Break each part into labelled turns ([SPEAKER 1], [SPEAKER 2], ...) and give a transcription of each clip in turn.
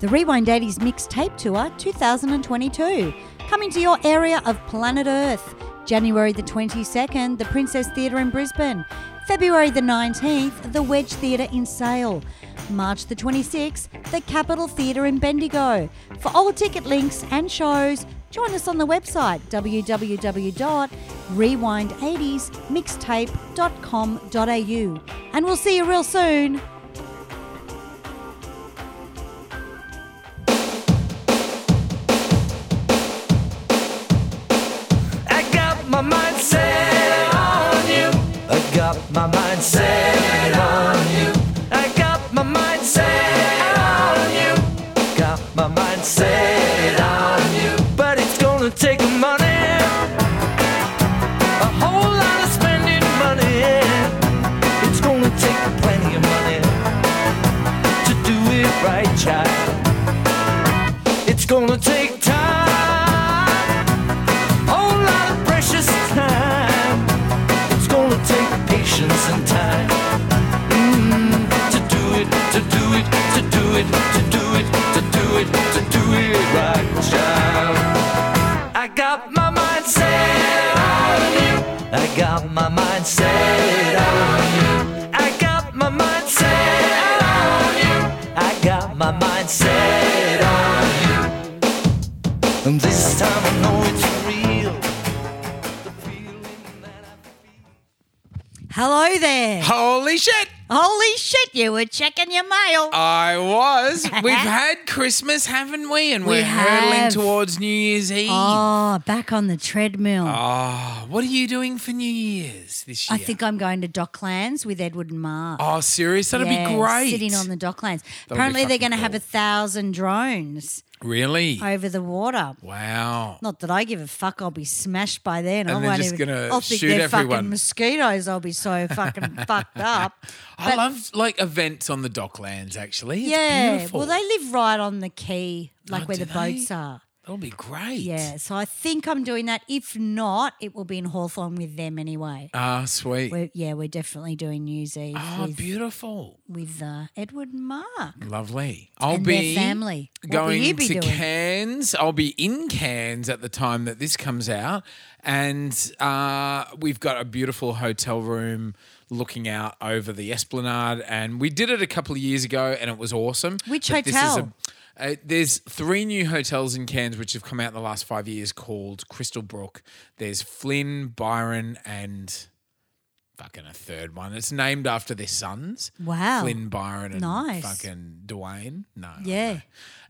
[SPEAKER 1] the Rewind 80s Mixtape Tour 2022, coming to your area of planet Earth. January the 22nd, the Princess Theatre in Brisbane. February the 19th, the Wedge Theatre in Sale. March the 26th, the Capitol Theatre in Bendigo. For all ticket links and shows, join us on the website www.rewind80smixtape.com.au. And we'll see you real soon.
[SPEAKER 2] I got my mind set on you. I got my mind set on you. I got my mind set on you. Got my mind set on you. But it's gonna take money. A whole lot of spending money. It's gonna take plenty of money to do it right, child. It's gonna take time whole lot of precious time. It's gonna take patience and time Mm, to do it, to do it, to do it, to do it, to do it, to do it right, child. I got my mind set on you. I got my mind set on you. I got my mind set on you. I got my mind set on you. And this time I know it's real. The feeling that I feel.
[SPEAKER 1] Hello there.
[SPEAKER 3] Holy shit!
[SPEAKER 1] Holy shit, you were checking your mail.
[SPEAKER 3] I was. We've had Christmas, haven't we? And
[SPEAKER 1] We
[SPEAKER 3] we're hurtling
[SPEAKER 1] have.
[SPEAKER 3] towards New Year's Eve.
[SPEAKER 1] Oh, back on the treadmill.
[SPEAKER 3] Oh, what are you doing for New Year's this
[SPEAKER 1] I
[SPEAKER 3] year?
[SPEAKER 1] think I'm going to Docklands with Edward and Mark.
[SPEAKER 3] Oh, serious? That'd
[SPEAKER 1] Yeah,
[SPEAKER 3] be great.
[SPEAKER 1] Sitting on the docklands.
[SPEAKER 3] be
[SPEAKER 1] Apparently, they're
[SPEAKER 3] fucking
[SPEAKER 1] going to have a
[SPEAKER 3] cool.
[SPEAKER 1] thousand drones
[SPEAKER 3] really?
[SPEAKER 1] over the water.
[SPEAKER 3] wow.
[SPEAKER 1] Not that I give a fuck. I'll be smashed by then. I
[SPEAKER 3] And they're
[SPEAKER 1] won't
[SPEAKER 3] just
[SPEAKER 1] even.
[SPEAKER 3] gonna
[SPEAKER 1] I'll think
[SPEAKER 3] shoot
[SPEAKER 1] they're fucking
[SPEAKER 3] everyone.
[SPEAKER 1] mosquitoes. I'll be so fucking fucked up.
[SPEAKER 3] I love like events on the Docklands. Actually, it's
[SPEAKER 1] yeah.
[SPEAKER 3] Beautiful.
[SPEAKER 1] Well, they live right on the quay, like
[SPEAKER 3] Oh,
[SPEAKER 1] where the
[SPEAKER 3] do
[SPEAKER 1] boats
[SPEAKER 3] they?
[SPEAKER 1] are.
[SPEAKER 3] that'll be great.
[SPEAKER 1] Yeah. So I think I'm doing that. If not, it will be in Hawthorne with them anyway.
[SPEAKER 3] Ah, sweet.
[SPEAKER 1] We're, yeah, we're definitely doing News Eve
[SPEAKER 3] Ah,
[SPEAKER 1] with,
[SPEAKER 3] beautiful.
[SPEAKER 1] with uh, Edward and Mark.
[SPEAKER 3] Lovely. I'll
[SPEAKER 1] And their
[SPEAKER 3] be
[SPEAKER 1] family. What will
[SPEAKER 3] going
[SPEAKER 1] you be
[SPEAKER 3] to
[SPEAKER 1] doing?
[SPEAKER 3] Cairns. I'll be in Cairns at the time that this comes out, and uh, we've got a beautiful hotel room looking out over the Esplanade. And we did it a couple of years ago, and it was awesome.
[SPEAKER 1] Which
[SPEAKER 3] But this is
[SPEAKER 1] hotel?
[SPEAKER 3] a- uh, there's three new hotels in Cairns which have come out in the last five years called Crystal Brook. There's Flynn, Byron, and fucking a third one. It's named after their sons.
[SPEAKER 1] Wow.
[SPEAKER 3] Flynn Byron and
[SPEAKER 1] Oh, Nice.
[SPEAKER 3] fucking Dwayne. No. I
[SPEAKER 1] Yeah.
[SPEAKER 3] know.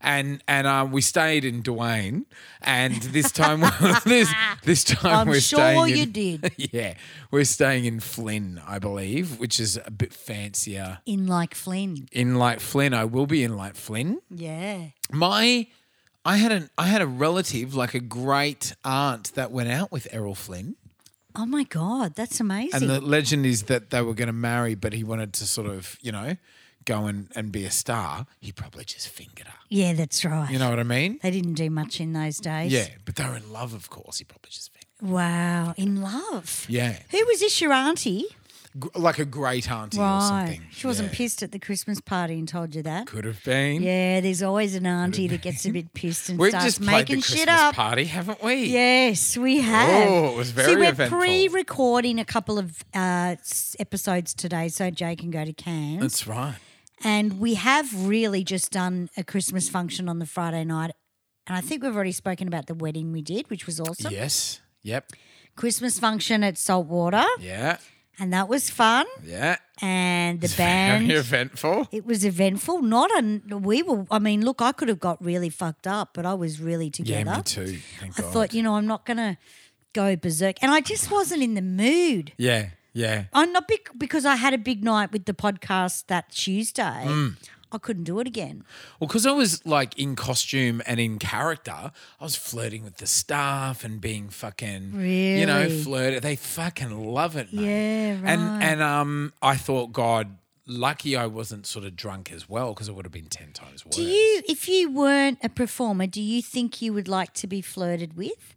[SPEAKER 3] And and um, we stayed in Dwayne, and this time this this time
[SPEAKER 1] I'm
[SPEAKER 3] we're
[SPEAKER 1] sure
[SPEAKER 3] staying.
[SPEAKER 1] you
[SPEAKER 3] in-
[SPEAKER 1] did.
[SPEAKER 3] yeah, we're staying in Flynn, I believe, which is a bit fancier.
[SPEAKER 1] In like Flynn.
[SPEAKER 3] In like Flynn, I will be in like Flynn.
[SPEAKER 1] Yeah.
[SPEAKER 3] My, I had an I had a relative, like a great aunt, that went out with Errol Flynn.
[SPEAKER 1] Oh my God, that's amazing.
[SPEAKER 3] And the legend is that they were going to marry, but he wanted to sort of, you know, go and, and be a star. He probably just fingered her.
[SPEAKER 1] yeah, that's right.
[SPEAKER 3] You know what I mean?
[SPEAKER 1] they didn't do much in those days.
[SPEAKER 3] Yeah, but they were in love, of course. He probably just fingered.
[SPEAKER 1] Wow, in love.
[SPEAKER 3] Yeah,
[SPEAKER 1] Who was this, your auntie?
[SPEAKER 3] Gr- like a great auntie or
[SPEAKER 1] Right.
[SPEAKER 3] something.
[SPEAKER 1] She wasn't
[SPEAKER 3] Yeah.
[SPEAKER 1] pissed at the Christmas party and told you that.
[SPEAKER 3] Could have been.
[SPEAKER 1] Yeah, there's always an auntie that gets a bit pissed and
[SPEAKER 3] We've
[SPEAKER 1] starts
[SPEAKER 3] just played
[SPEAKER 1] making
[SPEAKER 3] the Christmas
[SPEAKER 1] shit up.
[SPEAKER 3] party, haven't we?
[SPEAKER 1] Yes, we have.
[SPEAKER 3] Oh, it was
[SPEAKER 1] See,
[SPEAKER 3] very
[SPEAKER 1] we're
[SPEAKER 3] eventful.
[SPEAKER 1] pre-recording a couple of uh, s- episodes today, so Jay can go to Cairns.
[SPEAKER 3] That's right.
[SPEAKER 1] And we have really just done a Christmas function on the Friday night. And I think we've already spoken about the wedding we did, which was awesome.
[SPEAKER 3] Yes. Yep.
[SPEAKER 1] Christmas function at Saltwater.
[SPEAKER 3] Yeah.
[SPEAKER 1] And that was fun.
[SPEAKER 3] Yeah.
[SPEAKER 1] And the
[SPEAKER 3] Very
[SPEAKER 1] band.
[SPEAKER 3] eventful.
[SPEAKER 1] It was eventful. Not a. We were. I mean, look, I could have got really fucked up, but I was really
[SPEAKER 3] Yeah,
[SPEAKER 1] together.
[SPEAKER 3] me too. Thank
[SPEAKER 1] I
[SPEAKER 3] God.
[SPEAKER 1] thought, you know, I'm not going to go berserk. And I just wasn't in the mood.
[SPEAKER 3] yeah. Yeah.
[SPEAKER 1] I'm not big because I had a big night with the podcast that Tuesday.
[SPEAKER 3] Mm.
[SPEAKER 1] I couldn't do it again.
[SPEAKER 3] Well, because I was like in costume and in character, I was flirting with the staff and being fucking, you know,
[SPEAKER 1] Really?
[SPEAKER 3] flirt. They fucking love it, mate.
[SPEAKER 1] Yeah, right.
[SPEAKER 3] And and um, I thought, God, lucky I wasn't sort of drunk as well, because it would have been ten times worse.
[SPEAKER 1] Do you, if you weren't a performer, do you think you would like to be flirted with?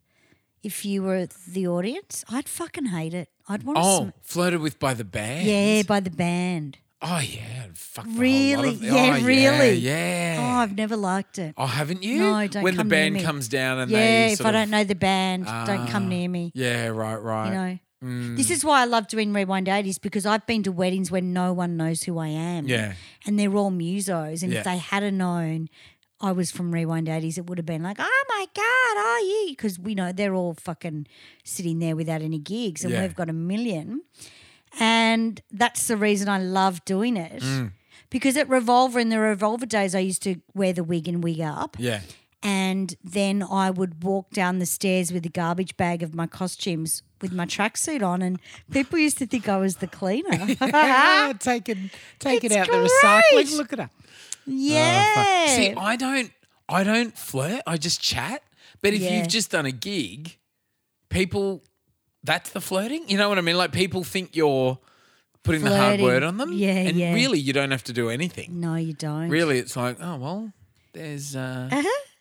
[SPEAKER 1] If you were the audience, I'd fucking hate it. I'd want to.
[SPEAKER 3] Oh, flirted with Oh, by the band.
[SPEAKER 1] yeah, by the band.
[SPEAKER 3] Oh yeah, fuck. the whole lot
[SPEAKER 1] Really?
[SPEAKER 3] of-
[SPEAKER 1] Yeah,
[SPEAKER 3] oh,
[SPEAKER 1] really?
[SPEAKER 3] Yeah.
[SPEAKER 1] Oh, I've never liked it.
[SPEAKER 3] Oh, haven't you?
[SPEAKER 1] No, don't
[SPEAKER 3] When
[SPEAKER 1] come
[SPEAKER 3] the
[SPEAKER 1] near
[SPEAKER 3] band
[SPEAKER 1] me.
[SPEAKER 3] comes down and
[SPEAKER 1] yeah,
[SPEAKER 3] they
[SPEAKER 1] if
[SPEAKER 3] sort
[SPEAKER 1] I
[SPEAKER 3] of-
[SPEAKER 1] don't know the band, don't
[SPEAKER 3] Ah,
[SPEAKER 1] come near me.
[SPEAKER 3] Yeah, right, right. Mm.
[SPEAKER 1] You know. This is why I love doing Rewind 80s because I've been to weddings where no one knows who I am.
[SPEAKER 3] Yeah.
[SPEAKER 1] And they're all musos. And
[SPEAKER 3] Yeah.
[SPEAKER 1] if they hadn't known I was from Rewind 80s, it would have been like, oh my God, are you? Because we know they're all fucking sitting there without any gigs and
[SPEAKER 3] Yeah.
[SPEAKER 1] we've got a million. And that's the reason I love doing it.
[SPEAKER 3] Mm.
[SPEAKER 1] Because at Revolver, in the Revolver days, I used to wear the wig and wig up
[SPEAKER 3] yeah.
[SPEAKER 1] and then I would walk down the stairs with a garbage bag of my costumes with my tracksuit on, and people used to think I was the
[SPEAKER 3] Oh,
[SPEAKER 1] cleaner.
[SPEAKER 4] Ah, take it, take
[SPEAKER 1] It's
[SPEAKER 4] it out
[SPEAKER 1] great.
[SPEAKER 4] the recycling. Look at her.
[SPEAKER 1] yeah.
[SPEAKER 3] Oh, See, I don't I don't flirt. I just chat. But if
[SPEAKER 1] Yeah.
[SPEAKER 3] you've just done a gig, people that's the flirting. You know what I mean? Like people think you're putting the hard
[SPEAKER 1] Flirting.
[SPEAKER 3] word on them.
[SPEAKER 1] Yeah,
[SPEAKER 3] And
[SPEAKER 1] yeah.
[SPEAKER 3] really you don't have to do anything.
[SPEAKER 1] no, you don't.
[SPEAKER 3] Really, it's like, oh well, there's uh,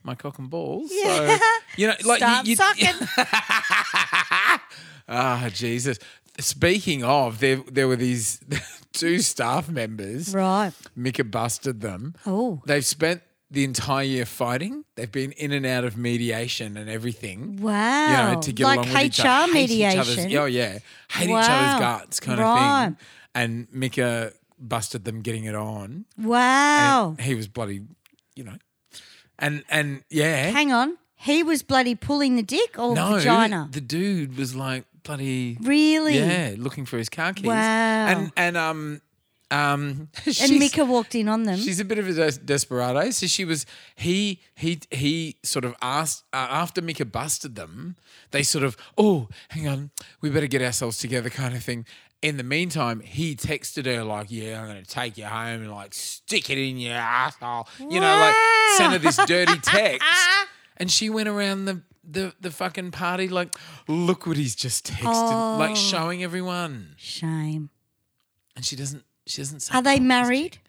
[SPEAKER 3] my cock and balls.
[SPEAKER 1] Uh-huh. Yeah.
[SPEAKER 3] So you know, like
[SPEAKER 1] Stop
[SPEAKER 3] you, you,
[SPEAKER 1] sucking.
[SPEAKER 3] Ah, Jesus. Speaking of, there there were these two staff members.
[SPEAKER 1] right.
[SPEAKER 3] Mika busted them.
[SPEAKER 1] Oh.
[SPEAKER 3] They've spent the entire year fighting. They've been in and out of mediation and everything.
[SPEAKER 1] Wow.
[SPEAKER 3] You know, to get
[SPEAKER 1] like
[SPEAKER 3] along
[SPEAKER 1] HR
[SPEAKER 3] with each other. Hate each
[SPEAKER 1] mediation.
[SPEAKER 3] other's- oh, yeah. Hate each
[SPEAKER 1] Wow.
[SPEAKER 3] other's guts kind of
[SPEAKER 1] Right.
[SPEAKER 3] thing. And Mika busted them getting it on.
[SPEAKER 1] Wow.
[SPEAKER 3] And he was bloody, you know. And and yeah.
[SPEAKER 1] Hang on. He was bloody pulling the dick or
[SPEAKER 3] no,
[SPEAKER 1] vagina.
[SPEAKER 3] the dude was like bloody
[SPEAKER 1] really?
[SPEAKER 3] Yeah, looking for his car keys.
[SPEAKER 1] Wow.
[SPEAKER 3] And and um um she's-
[SPEAKER 1] And Mika walked in on them.
[SPEAKER 3] She's a bit of a des- desperado. So she was he he he sort of asked uh, after Mika busted them. They sort of oh hang on, we better get ourselves together kind of thing. In the meantime, he texted her like, "Yeah, I'm gonna take you home and like stick it in your asshole," you know, like sent her this dirty text,
[SPEAKER 1] Ah.
[SPEAKER 3] and she went around the. The, the fucking party like look what he's just texted
[SPEAKER 1] Oh.
[SPEAKER 3] like showing everyone
[SPEAKER 1] Shame.
[SPEAKER 3] and she doesn't she doesn't suck
[SPEAKER 1] Are they
[SPEAKER 3] cock, this
[SPEAKER 1] married?
[SPEAKER 3] chick.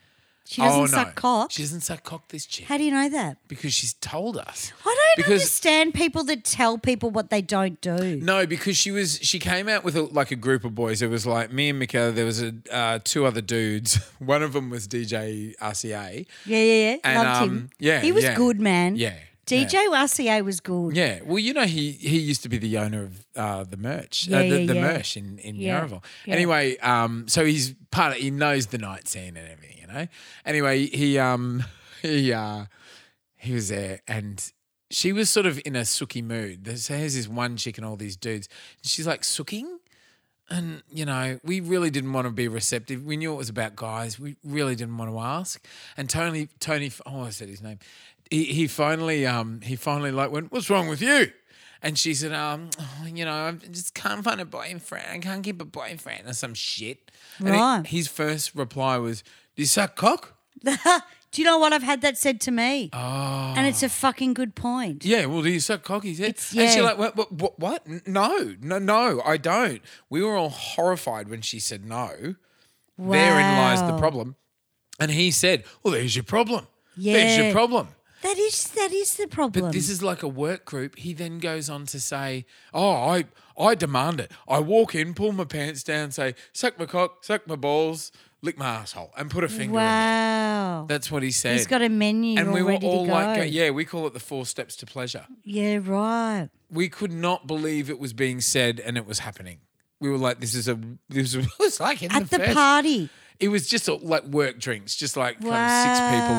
[SPEAKER 1] She doesn't
[SPEAKER 3] Oh, no.
[SPEAKER 1] suck cock.
[SPEAKER 3] she doesn't suck cock this chick
[SPEAKER 1] How do you know that?
[SPEAKER 3] because she's told us.
[SPEAKER 1] I don't
[SPEAKER 3] because,
[SPEAKER 1] understand people that tell people what they don't do.
[SPEAKER 3] No, because she was she came out with a, like a group of boys. It was like me and Mika. There was a uh, two other dudes. One of them was DJ RCA.
[SPEAKER 1] Yeah, yeah, yeah.
[SPEAKER 3] And,
[SPEAKER 1] Loved him.
[SPEAKER 3] um, yeah,
[SPEAKER 1] he was
[SPEAKER 3] yeah.
[SPEAKER 1] good, man.
[SPEAKER 3] Yeah,
[SPEAKER 1] DJ RCA was good.
[SPEAKER 3] Yeah, well, you know he he used to be the owner of uh, the merch,
[SPEAKER 1] Yeah,
[SPEAKER 3] uh, the,
[SPEAKER 1] yeah,
[SPEAKER 3] the
[SPEAKER 1] yeah.
[SPEAKER 3] merch in in
[SPEAKER 1] Yeah,
[SPEAKER 3] Yarraville.
[SPEAKER 1] yeah.
[SPEAKER 3] Anyway, um, so he's part of he knows the night scene and everything, you know. Anyway, he um he uh he was there and. She was sort of in a sooky mood. There's there's this one chick and all these dudes. And she's like sooking, and you know we really didn't want to be receptive. We knew it was about guys. We really didn't want to ask. And Tony, Tony, oh, I said his name. He, he finally, um, he finally like went, "What's wrong with you?" And she said, "Um, oh, you know, I just can't find a boyfriend. I can't keep a boyfriend or some shit." And he-
[SPEAKER 1] Right.
[SPEAKER 3] his first reply was, "Do you suck cock?"
[SPEAKER 1] Do you know what? I've had that said to me. Oh. And it's a fucking good point.
[SPEAKER 3] Yeah, well, do you suck cock? He said.
[SPEAKER 1] It's-
[SPEAKER 3] And she's
[SPEAKER 1] yeah.
[SPEAKER 3] like, what, what, what, what? N- No, no, no, I don't. We were all horrified when she said no. Therein lies the
[SPEAKER 1] Wow.
[SPEAKER 3] problem. And he said, Well, there's your problem. There's
[SPEAKER 1] Yeah.
[SPEAKER 3] your problem.
[SPEAKER 1] That is that is the problem.
[SPEAKER 3] But this is like a work group. He then goes on to say, Oh, I, I demand it. I walk in, pull my pants down, say, Suck my cock, suck my balls, lick my asshole, and put a finger in there.
[SPEAKER 1] wow.
[SPEAKER 3] That's what he said.
[SPEAKER 1] He's got a menu
[SPEAKER 3] and
[SPEAKER 1] all
[SPEAKER 3] we were
[SPEAKER 1] ready
[SPEAKER 3] all
[SPEAKER 1] to go.
[SPEAKER 3] like, Yeah, we call it the four steps to pleasure
[SPEAKER 1] yeah, right.
[SPEAKER 3] we could not believe it was being said and it was happening. We were like, this is a this was, it was like in
[SPEAKER 1] At the
[SPEAKER 3] first-
[SPEAKER 1] party.
[SPEAKER 3] It was just a, like work drinks, just like kind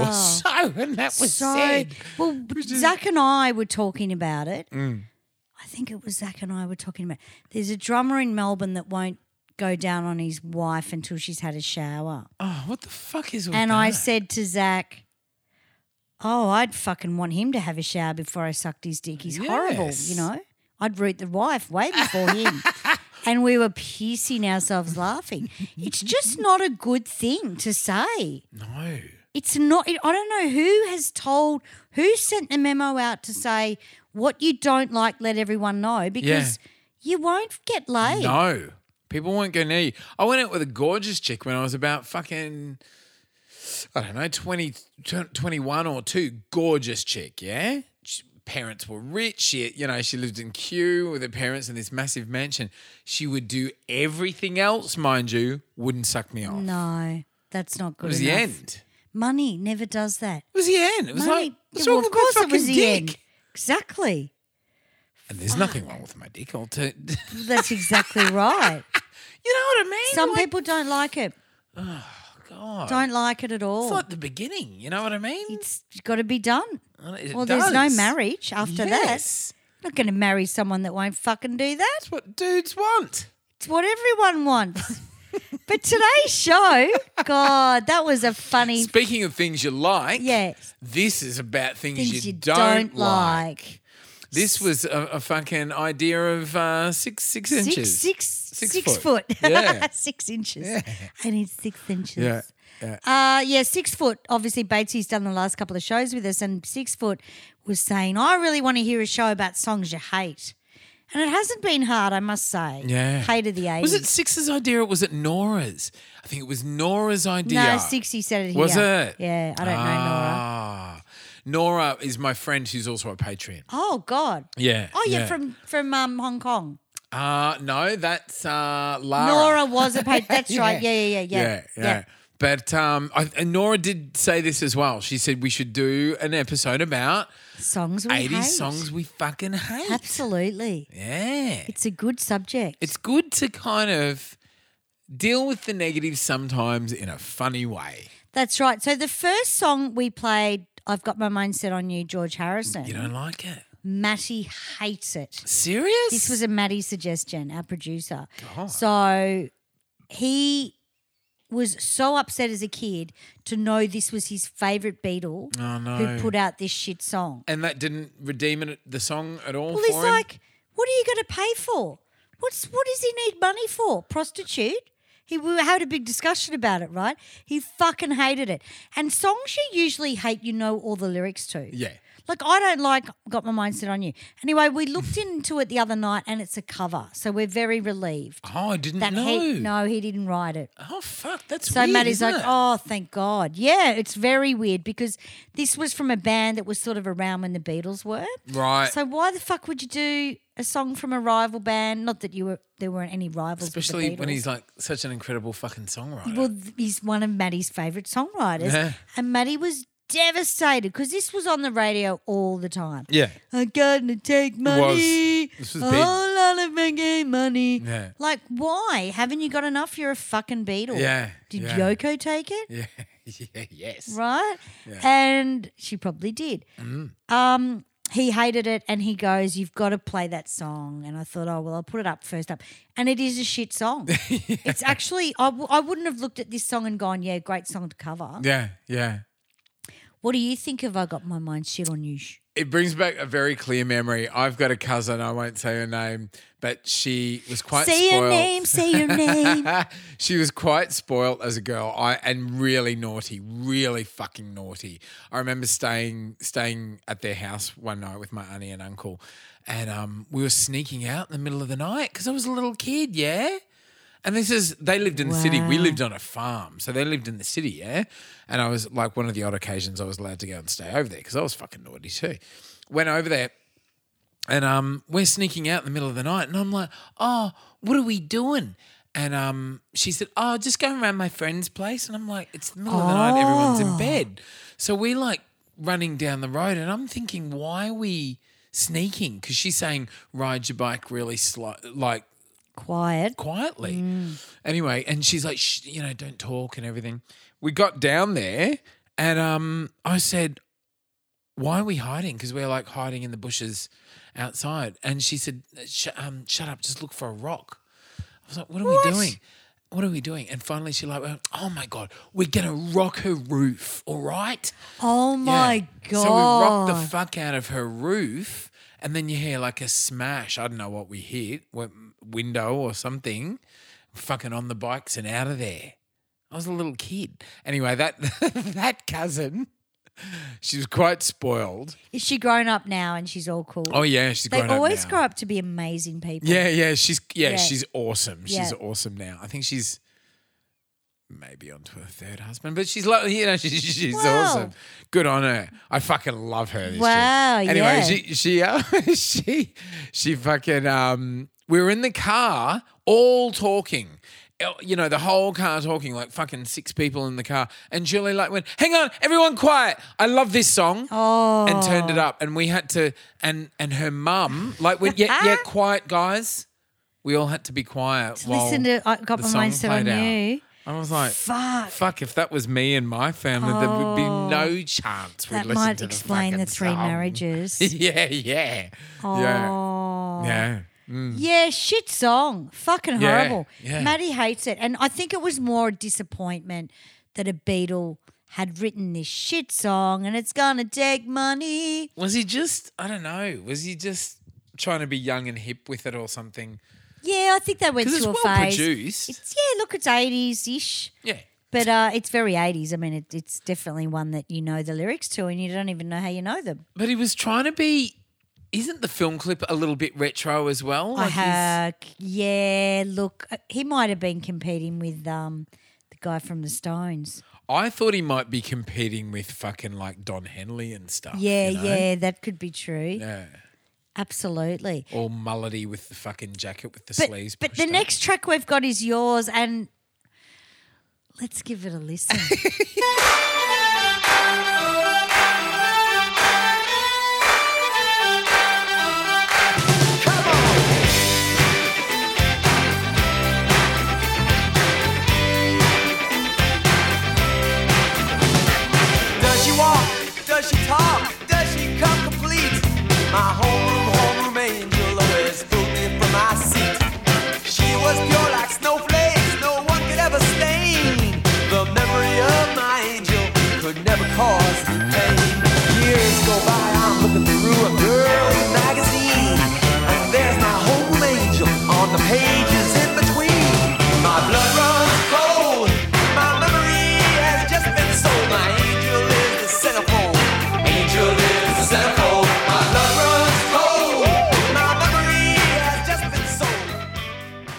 [SPEAKER 3] of six people or so, and that was
[SPEAKER 1] so
[SPEAKER 3] said.
[SPEAKER 1] well
[SPEAKER 3] Which is- Mm.
[SPEAKER 1] zach and i were talking about it i think it was zach and i were talking about there's a drummer in melbourne that won't go down on his wife until she's had a shower
[SPEAKER 3] Oh, what the fuck is all
[SPEAKER 1] and i
[SPEAKER 3] that?
[SPEAKER 1] said to zach oh i'd fucking want him to have a shower before i sucked his dick he's horrible you
[SPEAKER 3] Yes.
[SPEAKER 1] know i'd root the wife way before him and we were piercing ourselves laughing it's just not a good thing to say
[SPEAKER 3] no,
[SPEAKER 1] it's not it, i don't know who has told who sent the memo out to say what you don't like let everyone know because you won't get laid
[SPEAKER 3] no, people won't go near you. I went out with a gorgeous chick when I was about fucking. I don't know, 20, 21 or two, gorgeous chick, yeah? She, parents were rich. She, you know, she lived in Kew with her parents in this massive mansion. She would do everything else, mind you, wouldn't suck me off.
[SPEAKER 1] no That's not
[SPEAKER 3] It
[SPEAKER 1] good.
[SPEAKER 3] was the
[SPEAKER 1] enough.
[SPEAKER 3] end.
[SPEAKER 1] Money never does that.
[SPEAKER 3] It was the end. It was
[SPEAKER 1] Money.
[SPEAKER 3] like, what's
[SPEAKER 1] Yeah, well,
[SPEAKER 3] wrong
[SPEAKER 1] of
[SPEAKER 3] with
[SPEAKER 1] course
[SPEAKER 3] my
[SPEAKER 1] it
[SPEAKER 3] fucking
[SPEAKER 1] was the
[SPEAKER 3] dick?
[SPEAKER 1] end. Exactly.
[SPEAKER 3] And there's nothing wrong with my dick. I'll t- you know
[SPEAKER 1] That's exactly right.
[SPEAKER 3] what I mean?
[SPEAKER 1] Some
[SPEAKER 3] Like,
[SPEAKER 1] people don't like it.
[SPEAKER 3] God.
[SPEAKER 1] Don't like it at all.
[SPEAKER 3] It's like the beginning. You know what I mean?
[SPEAKER 1] it's got to be done.
[SPEAKER 3] It
[SPEAKER 1] well, there's no
[SPEAKER 3] does.
[SPEAKER 1] marriage after
[SPEAKER 3] yes.
[SPEAKER 1] that. You're not going to marry someone that won't fucking do that.
[SPEAKER 3] That's what dudes want.
[SPEAKER 1] It's what everyone wants. but today's show, God, that was a funny.
[SPEAKER 3] Speaking of things you like,
[SPEAKER 1] Yes.
[SPEAKER 3] this is about things,
[SPEAKER 1] Things
[SPEAKER 3] you,
[SPEAKER 1] you
[SPEAKER 3] don't,
[SPEAKER 1] don't
[SPEAKER 3] like.
[SPEAKER 1] like.
[SPEAKER 3] This was a, a fucking idea of uh, six six
[SPEAKER 1] Six,
[SPEAKER 3] inches.
[SPEAKER 1] six,
[SPEAKER 3] Six
[SPEAKER 1] six foot,
[SPEAKER 3] foot. Yeah.
[SPEAKER 1] six inches. I need six inches.
[SPEAKER 3] Yeah,
[SPEAKER 1] Uh, yeah, six foot. Obviously, Batesy's done the last couple of shows with us, and six foot was saying, "I really want to hear a show about songs you hate," and it hasn't been hard, I must say.
[SPEAKER 3] Yeah.
[SPEAKER 1] hated the eighties.
[SPEAKER 3] Was it Six's idea or was it Nora's? I think it was Nora's idea.
[SPEAKER 1] No, sixty said it. Here.
[SPEAKER 3] Was it?
[SPEAKER 1] Yeah, I don't know Nora.
[SPEAKER 3] ah. Nora. Nora is my friend who's also a patron.
[SPEAKER 1] Oh God.
[SPEAKER 3] Yeah.
[SPEAKER 1] Oh yeah, from from um, Hong Kong.
[SPEAKER 3] Uh, no, that's uh, Lara.
[SPEAKER 1] Nora was a patron. That's right. Yeah, yeah, yeah, yeah.
[SPEAKER 3] yeah, yeah. But um, I, and Nora did say this as well. She said we should do an episode about
[SPEAKER 1] Songs we
[SPEAKER 3] 80
[SPEAKER 1] hate.
[SPEAKER 3] songs we fucking hate.
[SPEAKER 1] Absolutely.
[SPEAKER 3] Yeah.
[SPEAKER 1] It's a good subject.
[SPEAKER 3] It's good to kind of deal with the negatives sometimes in a funny way.
[SPEAKER 1] That's right. So the first song we played, I've got my mind set on you, George Harrison.
[SPEAKER 3] You don't like it.
[SPEAKER 1] Matty hates it.
[SPEAKER 3] Serious?
[SPEAKER 1] This was a Matty suggestion, our producer.
[SPEAKER 3] Uh-huh.
[SPEAKER 1] So he was so upset as a kid to know this was his favourite Beatle
[SPEAKER 3] Oh, no.
[SPEAKER 1] who put out this shit song.
[SPEAKER 3] and that didn't redeem it, the song at all
[SPEAKER 1] Well,
[SPEAKER 3] for
[SPEAKER 1] he's
[SPEAKER 3] him.
[SPEAKER 1] like, what are you going to pay for? What's what does he need money for? Prostitute? He we had a big discussion about it, right? He fucking hated it. And songs you usually hate, you know all the lyrics to.
[SPEAKER 3] yeah.
[SPEAKER 1] Like I don't like got my mind set on you. Anyway, we looked into it the other night, and it's a cover, so we're very relieved
[SPEAKER 3] Oh, I didn't
[SPEAKER 1] that
[SPEAKER 3] know.
[SPEAKER 1] he no he didn't write it.
[SPEAKER 3] Oh fuck, that's
[SPEAKER 1] So
[SPEAKER 3] weird,
[SPEAKER 1] Maddie's
[SPEAKER 3] isn't
[SPEAKER 1] like,
[SPEAKER 3] it?
[SPEAKER 1] oh, thank God. Yeah, it's very weird because this was from a band that was sort of around when the Beatles were.
[SPEAKER 3] right.
[SPEAKER 1] So why the fuck would you do a song from a rival band? Not that you were there weren't any rivals, with the
[SPEAKER 3] Especially when
[SPEAKER 1] Beatles.
[SPEAKER 3] he's like such an incredible fucking songwriter.
[SPEAKER 1] well, th- he's one of Maddie's favorite songwriters,
[SPEAKER 3] Yeah.
[SPEAKER 1] and Maddie was devastated because this was on the radio all the time.
[SPEAKER 3] yeah.
[SPEAKER 1] I'm gonna take
[SPEAKER 3] was.
[SPEAKER 1] money,
[SPEAKER 3] This was
[SPEAKER 1] a
[SPEAKER 3] big.
[SPEAKER 1] whole lot of making money.
[SPEAKER 3] Yeah.
[SPEAKER 1] Like, why haven't you got enough? You're a fucking Beatle.
[SPEAKER 3] Yeah,
[SPEAKER 1] Oh, Did
[SPEAKER 3] yeah.
[SPEAKER 1] Yoko take it?
[SPEAKER 3] Yeah. yeah. Yes.
[SPEAKER 1] right? And she probably did.
[SPEAKER 3] Mm.
[SPEAKER 1] Um, he hated it, and he goes, "You've got to play that song." And I thought, "Oh well, I'll put it up first up." And it is a shit song. It's actually I, w- I wouldn't have looked at this song and gone, "Yeah, great song to cover."
[SPEAKER 3] Yeah. Yeah.
[SPEAKER 1] What do you think of? I got my mind shit on you.
[SPEAKER 3] It brings back a very clear memory. I've got a cousin, I won't say her name, but she was quite
[SPEAKER 1] say
[SPEAKER 3] spoiled.
[SPEAKER 1] your name. Say your name.
[SPEAKER 3] she was quite spoilt as a girl. I and really naughty, really fucking naughty. I remember staying staying at their house one night with my auntie and uncle, and um, we were sneaking out in the middle of the night because I was a little kid, yeah. And this is they lived in the city. We
[SPEAKER 1] Wow.
[SPEAKER 3] lived on a farm, so they lived in the city, yeah. And I was like one of the odd occasions I was allowed to go and stay over there because I was fucking naughty too. Went over there. And um, we're sneaking out in the middle of the night, and I'm like, "Oh, what are we doing?" And um, she said, "Oh, just going around my friend's place." And I'm like, "It's the middle of the night, everyone's in bed." So we're like running down the road, and I'm thinking, "Why are we sneaking?" Because she's saying, "Ride your bike really slow, like
[SPEAKER 1] Quiet.
[SPEAKER 3] quietly. Anyway, and she's like, Shh, you know, don't talk and everything. We got down there, and um, I said, "Why are we hiding?" Because we are like hiding in the bushes outside. And she said, Sh- um, "Shut up, just look for a rock." I was like, "What are we doing?" What are we doing? And finally, she like, went, oh my god, we're gonna rock her roof, all right?
[SPEAKER 1] Oh my
[SPEAKER 3] Yeah.
[SPEAKER 1] god.
[SPEAKER 3] So we rocked the fuck out of her roof, and then you hear like a smash. I don't know what we hit, what window or something. Fucking on the bikes and out of there. I was a little kid. Anyway, that that cousin, she was quite spoiled.
[SPEAKER 1] Is she grown up now and she's all cool?
[SPEAKER 3] Oh yeah, she's
[SPEAKER 1] they
[SPEAKER 3] grown
[SPEAKER 1] always
[SPEAKER 3] up now.
[SPEAKER 1] grow up to be amazing people.
[SPEAKER 3] Yeah, yeah, she's yeah,
[SPEAKER 1] Yeah.
[SPEAKER 3] she's awesome. She's
[SPEAKER 1] Yeah.
[SPEAKER 3] awesome now. I think she's maybe onto her third husband, but she's like you know she's, she's
[SPEAKER 1] Wow.
[SPEAKER 3] awesome. Good on her. I fucking love her. This
[SPEAKER 1] Wow,
[SPEAKER 3] chick. Anyway,
[SPEAKER 1] yeah.
[SPEAKER 3] she she uh, she she fucking um. We were in the car, all talking. el- you know, the whole car talking, like fucking six people in the car. And Julie like went, hang on, everyone quiet. I love this song. Oh. And turned it up. And we had to, and and her mum, like, went, yeah, yeah, quiet, guys. We all had to be quiet. while
[SPEAKER 1] Listen to I got
[SPEAKER 3] the
[SPEAKER 1] my
[SPEAKER 3] song
[SPEAKER 1] mind set on
[SPEAKER 3] played out.
[SPEAKER 1] you.
[SPEAKER 3] I was like,
[SPEAKER 1] Fuck.
[SPEAKER 3] Fuck, if that was me and my family, there would be no chance we'd
[SPEAKER 1] Oh. That
[SPEAKER 3] listen
[SPEAKER 1] might
[SPEAKER 3] to the
[SPEAKER 1] explain the,
[SPEAKER 3] fucking
[SPEAKER 1] three
[SPEAKER 3] song.
[SPEAKER 1] marriages.
[SPEAKER 3] yeah, yeah.
[SPEAKER 1] Oh.
[SPEAKER 3] Yeah. Yeah.
[SPEAKER 1] Yeah, shit song. Fucking
[SPEAKER 3] Yeah,
[SPEAKER 1] horrible.
[SPEAKER 3] yeah.
[SPEAKER 1] Maddie hates it. And I think it was more a disappointment that a Beatle had written this shit song and it's gonna take money.
[SPEAKER 3] Was he just, I don't know, was he just trying to be young and hip with it or something?
[SPEAKER 1] Yeah, I think they went
[SPEAKER 3] 'Cause it's
[SPEAKER 1] through a
[SPEAKER 3] well
[SPEAKER 1] phase.
[SPEAKER 3] produced.
[SPEAKER 1] It's yeah, look, it's eighties ish.
[SPEAKER 3] Yeah.
[SPEAKER 1] But uh, it's very 80s. I mean, it, it's definitely one that you know the lyrics to and you don't even know how you know them.
[SPEAKER 3] But he was trying to be, isn't the film clip a little bit retro as well?
[SPEAKER 1] I
[SPEAKER 3] Like he's-
[SPEAKER 1] have, yeah, look, uh, he might have been competing with um, the guy from the Stones.
[SPEAKER 3] I thought he might be competing with fucking like Don Henley and stuff.
[SPEAKER 1] Yeah,
[SPEAKER 3] you know?
[SPEAKER 1] yeah, that could be true.
[SPEAKER 3] Yeah.
[SPEAKER 1] Absolutely.
[SPEAKER 3] Or mullety with the fucking jacket with the
[SPEAKER 1] But,
[SPEAKER 3] sleeves.
[SPEAKER 1] but
[SPEAKER 3] pushed
[SPEAKER 1] the
[SPEAKER 3] up.
[SPEAKER 1] next track we've got is yours, and let's give it a listen.
[SPEAKER 2] Does she walk? Does she talk? Does she come complete? My homeroom, homeroom angel always pulled me from my seat. She was pure like snowflakes, no one could ever stain. The memory of my angel could never cause me pain. Years go by, I'm looking through a girly magazine. And there's my homeroom angel on the pages in between. My blood runs cold, my memory has just been sold. My angel is the centerfold. Angel is the centerfold. My blood runs cold, my memory has just been sold.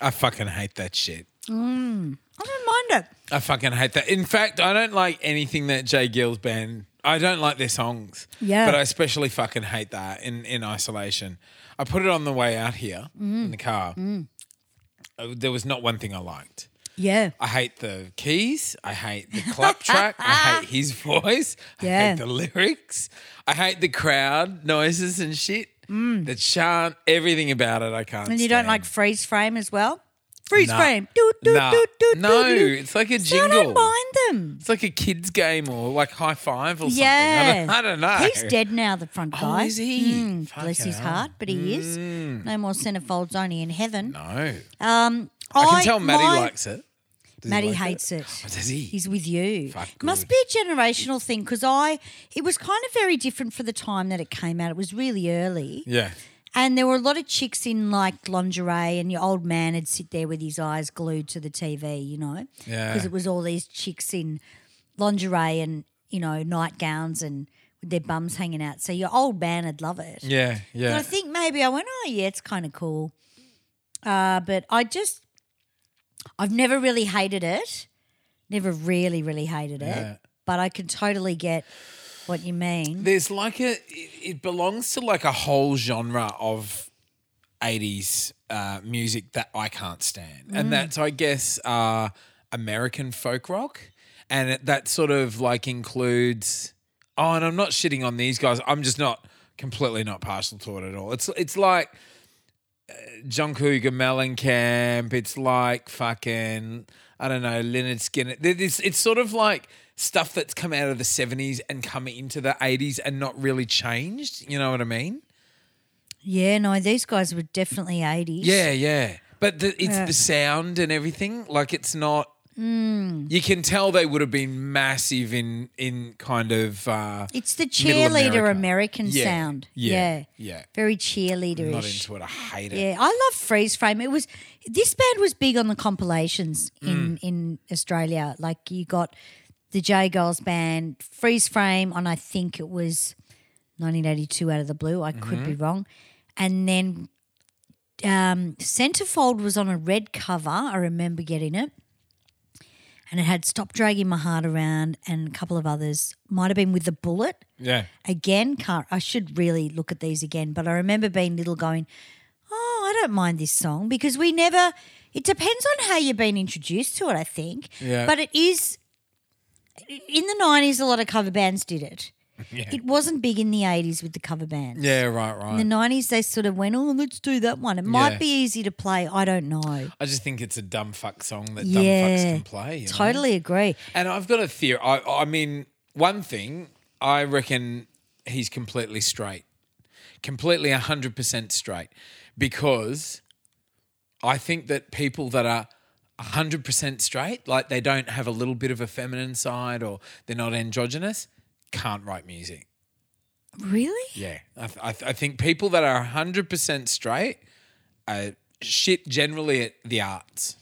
[SPEAKER 3] I fucking hate that shit.
[SPEAKER 1] I don't mind it.
[SPEAKER 3] I fucking hate that. In fact, I don't like anything that Jay Gill's band. I don't like their songs.
[SPEAKER 1] Yeah.
[SPEAKER 3] But I especially fucking hate that in, in isolation. I put it on the way out here in the car. Uh, There was not one thing I liked.
[SPEAKER 1] Yeah.
[SPEAKER 3] I hate the keys. I hate the clap track. I hate his voice. I
[SPEAKER 1] Yeah.
[SPEAKER 3] hate the lyrics. I hate the crowd noises and shit. The chant, everything about it, I can't.
[SPEAKER 1] Mm. And you don't
[SPEAKER 3] stand.
[SPEAKER 1] like freeze frame as well? Freeze
[SPEAKER 3] Nah.
[SPEAKER 1] frame. Doo, doo,
[SPEAKER 3] Nah.
[SPEAKER 1] doo, doo, doo,
[SPEAKER 3] No,
[SPEAKER 1] doo.
[SPEAKER 3] it's like a
[SPEAKER 1] See, I
[SPEAKER 3] jingle.
[SPEAKER 1] don't mind them.
[SPEAKER 3] It's like a kids game or like high five or
[SPEAKER 1] Yeah.
[SPEAKER 3] something. I don't, I don't know.
[SPEAKER 1] He's dead now, the front
[SPEAKER 3] Oh,
[SPEAKER 1] guy. Hmm.
[SPEAKER 3] is he? Fucking
[SPEAKER 1] Bless his
[SPEAKER 3] hell. Hmm.
[SPEAKER 1] heart, but he is. No more centerfolds, only in heaven.
[SPEAKER 3] No. I,
[SPEAKER 1] Um, I,
[SPEAKER 3] can tell Maddie
[SPEAKER 1] my-
[SPEAKER 3] likes it. Does he
[SPEAKER 1] Maddie
[SPEAKER 3] like
[SPEAKER 1] hates it.
[SPEAKER 3] Oh, does he?
[SPEAKER 1] He's with you.
[SPEAKER 3] Fuck,
[SPEAKER 1] It Must
[SPEAKER 3] good.
[SPEAKER 1] be a generational thing because I, it was kind of very different for the time that it came out. It was really early.
[SPEAKER 3] Yeah.
[SPEAKER 1] And there were a lot of chicks in like lingerie, and your old man would sit there with his eyes glued to the TV, you know?
[SPEAKER 3] Yeah.
[SPEAKER 1] Because it was all these chicks in lingerie and, you know, nightgowns and with their bums hanging out. So your old man would love it.
[SPEAKER 3] Yeah.
[SPEAKER 1] But
[SPEAKER 3] Yeah.
[SPEAKER 1] I think maybe I went, oh, yeah, it's kind of cool. Uh, but I just, I've never really hated it. Never really, really hated it.
[SPEAKER 3] Yeah.
[SPEAKER 1] But I can totally get what you mean.
[SPEAKER 3] There's like a, it, it belongs to like a whole genre of 80s uh, music that I can't stand.
[SPEAKER 1] Mm.
[SPEAKER 3] And that's, I guess, uh, American folk rock. And it, that sort of like includes, oh, and I'm not shitting on these guys. I'm just not completely not partial to it at all. It's, it's like, Jungkook and Mellencamp. It's like fucking I don't know Leonard Skinner. There- It's it's sort of like stuff that's come out of the seventies and come into the eighties and not really changed. You know what I mean?
[SPEAKER 1] Yeah, no, these guys were definitely 80s.
[SPEAKER 3] Yeah, yeah. But the, it's the sound and everything. Like it's not.
[SPEAKER 1] Mm.
[SPEAKER 3] You can tell they would have been massive in in kind of. Uh,
[SPEAKER 1] It's the
[SPEAKER 3] Middle
[SPEAKER 1] cheerleader
[SPEAKER 3] America.
[SPEAKER 1] American
[SPEAKER 3] Yeah,
[SPEAKER 1] sound.
[SPEAKER 3] yeah,
[SPEAKER 1] Yeah.
[SPEAKER 3] yeah.
[SPEAKER 1] Very
[SPEAKER 3] not
[SPEAKER 1] cheerleaderish.
[SPEAKER 3] into it. I hate it.
[SPEAKER 1] Yeah, I love Freeze Frame. It was this band was big on the compilations in
[SPEAKER 3] Mm.
[SPEAKER 1] in Australia. Like you got the J Girls band Freeze Frame on I think it was 1982 out of the blue. I could
[SPEAKER 3] Mm-hmm.
[SPEAKER 1] be wrong. And then um, Centerfold was on a red cover. I remember getting it. And it had Stop Dragging My Heart Around and a couple of others. Might have been with The Bullet
[SPEAKER 3] Yeah.
[SPEAKER 1] again can't i should really look at these again but i remember being little going oh i don't mind this song because we never It depends on how you've been introduced to it, I think.
[SPEAKER 3] Yeah.
[SPEAKER 1] But it is in the nineties. A lot of cover bands did it. It wasn't big in the eighties with the cover bands.
[SPEAKER 3] Yeah, right, right.
[SPEAKER 1] In the nineties, they sort of went, "Oh, let's do that one." It might
[SPEAKER 3] Yeah.
[SPEAKER 1] be easy to play. I don't know.
[SPEAKER 3] I just think it's a dumb fuck song that dumb fucks
[SPEAKER 1] yeah,
[SPEAKER 3] can play. you know?
[SPEAKER 1] totally agree.
[SPEAKER 3] And I've got a theory. I, I mean, one thing I reckon he's completely straight, completely hundred percent straight, because I think that people that are hundred percent straight, like they don't have a little bit of a feminine side or they're not androgynous, can't write music.
[SPEAKER 1] Really?
[SPEAKER 3] Yeah, I, th- I, th- I think people that are hundred percent straight are shit generally at the arts.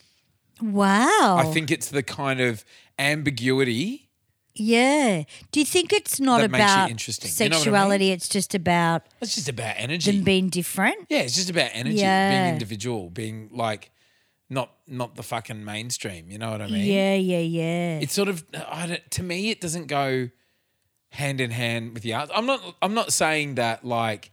[SPEAKER 1] Wow.
[SPEAKER 3] I think it's the kind of ambiguity.
[SPEAKER 1] Yeah. Do you think it's not
[SPEAKER 3] That makes it
[SPEAKER 1] about
[SPEAKER 3] interesting. You know what I mean?
[SPEAKER 1] sexuality? It's just about
[SPEAKER 3] It's just about
[SPEAKER 1] them
[SPEAKER 3] energy.
[SPEAKER 1] being different.
[SPEAKER 3] yeah, it's just about energy,
[SPEAKER 1] Yeah.
[SPEAKER 3] being individual, being like not not the fucking mainstream. You know what I mean?
[SPEAKER 1] Yeah, yeah, yeah.
[SPEAKER 3] It's sort of I don't, to me, it doesn't go hand in hand with the art. I'm not I'm not saying that like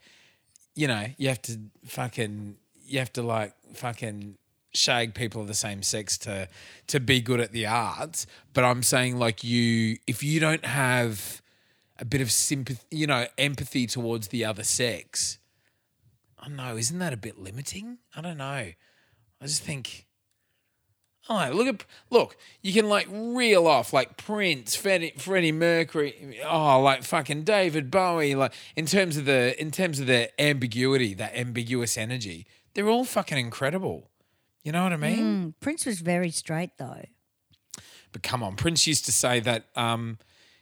[SPEAKER 3] you know you have to fucking you have to like fucking shag people of the same sex to to be good at the arts. But I'm saying like you if you don't have a bit of sympathy, you know, empathy towards the other sex. I don't know, isn't that a bit limiting? I don't know. I just think, oh, look at look, you can like reel off like Prince, Freddie, Freddie Mercury, oh, like fucking David Bowie, like in terms of the in terms of the ambiguity, that ambiguous energy, they're all fucking incredible. You know what I mean?
[SPEAKER 1] Mm. Prince was very straight though.
[SPEAKER 3] But come on, Prince used to say that um,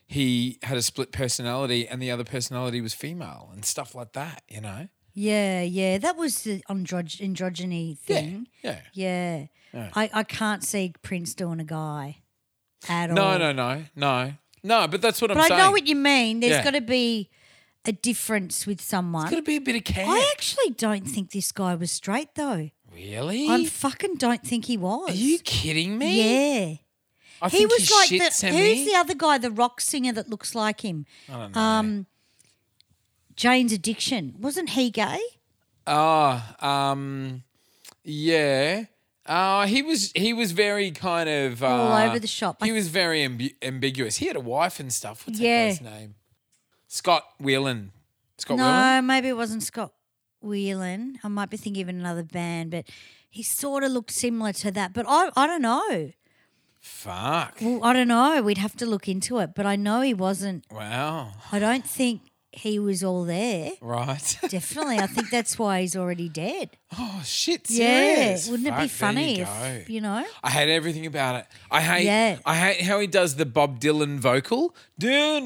[SPEAKER 3] he had a split personality and the other personality was female and stuff like that, you know?
[SPEAKER 1] Yeah, yeah. That was the androg- androgyny thing.
[SPEAKER 3] Yeah.
[SPEAKER 1] Yeah. I, I can't see Prince doing a guy at all.
[SPEAKER 3] No, no, no, no. No, but that's what I'm
[SPEAKER 1] But I
[SPEAKER 3] saying.
[SPEAKER 1] know what you mean. There's
[SPEAKER 3] Yeah.
[SPEAKER 1] got to be a difference with someone.
[SPEAKER 3] Could it be a bit of care?
[SPEAKER 1] I actually don't think this guy was straight though.
[SPEAKER 3] really?
[SPEAKER 1] I fucking don't think he was.
[SPEAKER 3] Are you kidding me?
[SPEAKER 1] Yeah.
[SPEAKER 3] I
[SPEAKER 1] he
[SPEAKER 3] think
[SPEAKER 1] was like
[SPEAKER 3] shit
[SPEAKER 1] the
[SPEAKER 3] sent
[SPEAKER 1] who's
[SPEAKER 3] me.
[SPEAKER 1] the other guy, the rock singer that looks like him. I
[SPEAKER 3] eh? don't know.
[SPEAKER 1] Um, Jane's Addiction wasn't he gay?
[SPEAKER 3] Oh, um, yeah. Uh, he was he was very kind of uh,
[SPEAKER 1] All over the shop.
[SPEAKER 3] He
[SPEAKER 1] I-
[SPEAKER 3] was very ambu- ambiguous. He had a wife and stuff. What's
[SPEAKER 1] Yeah.
[SPEAKER 3] that guy's name? Scott Whelan. Scott
[SPEAKER 1] no,
[SPEAKER 3] Whelan.
[SPEAKER 1] maybe it wasn't Scott Whelan. I might be thinking of another band, but he sort of looked similar to that. But I, I don't know.
[SPEAKER 3] Fuck.
[SPEAKER 1] Well, I don't know. We'd have to look into it. But I know he wasn't.
[SPEAKER 3] Wow.
[SPEAKER 1] I don't think he was all there.
[SPEAKER 3] Right.
[SPEAKER 1] Definitely, I think that's why he's already dead.
[SPEAKER 3] oh shit.
[SPEAKER 1] Yeah,
[SPEAKER 3] serious?
[SPEAKER 1] wouldn't it be
[SPEAKER 3] Fuck, there
[SPEAKER 1] funny?
[SPEAKER 3] you
[SPEAKER 1] if,
[SPEAKER 3] go.
[SPEAKER 1] you know.
[SPEAKER 3] I hate everything about it. I hate.
[SPEAKER 1] Yeah.
[SPEAKER 3] I hate how he does the Bob Dylan vocal. Oh,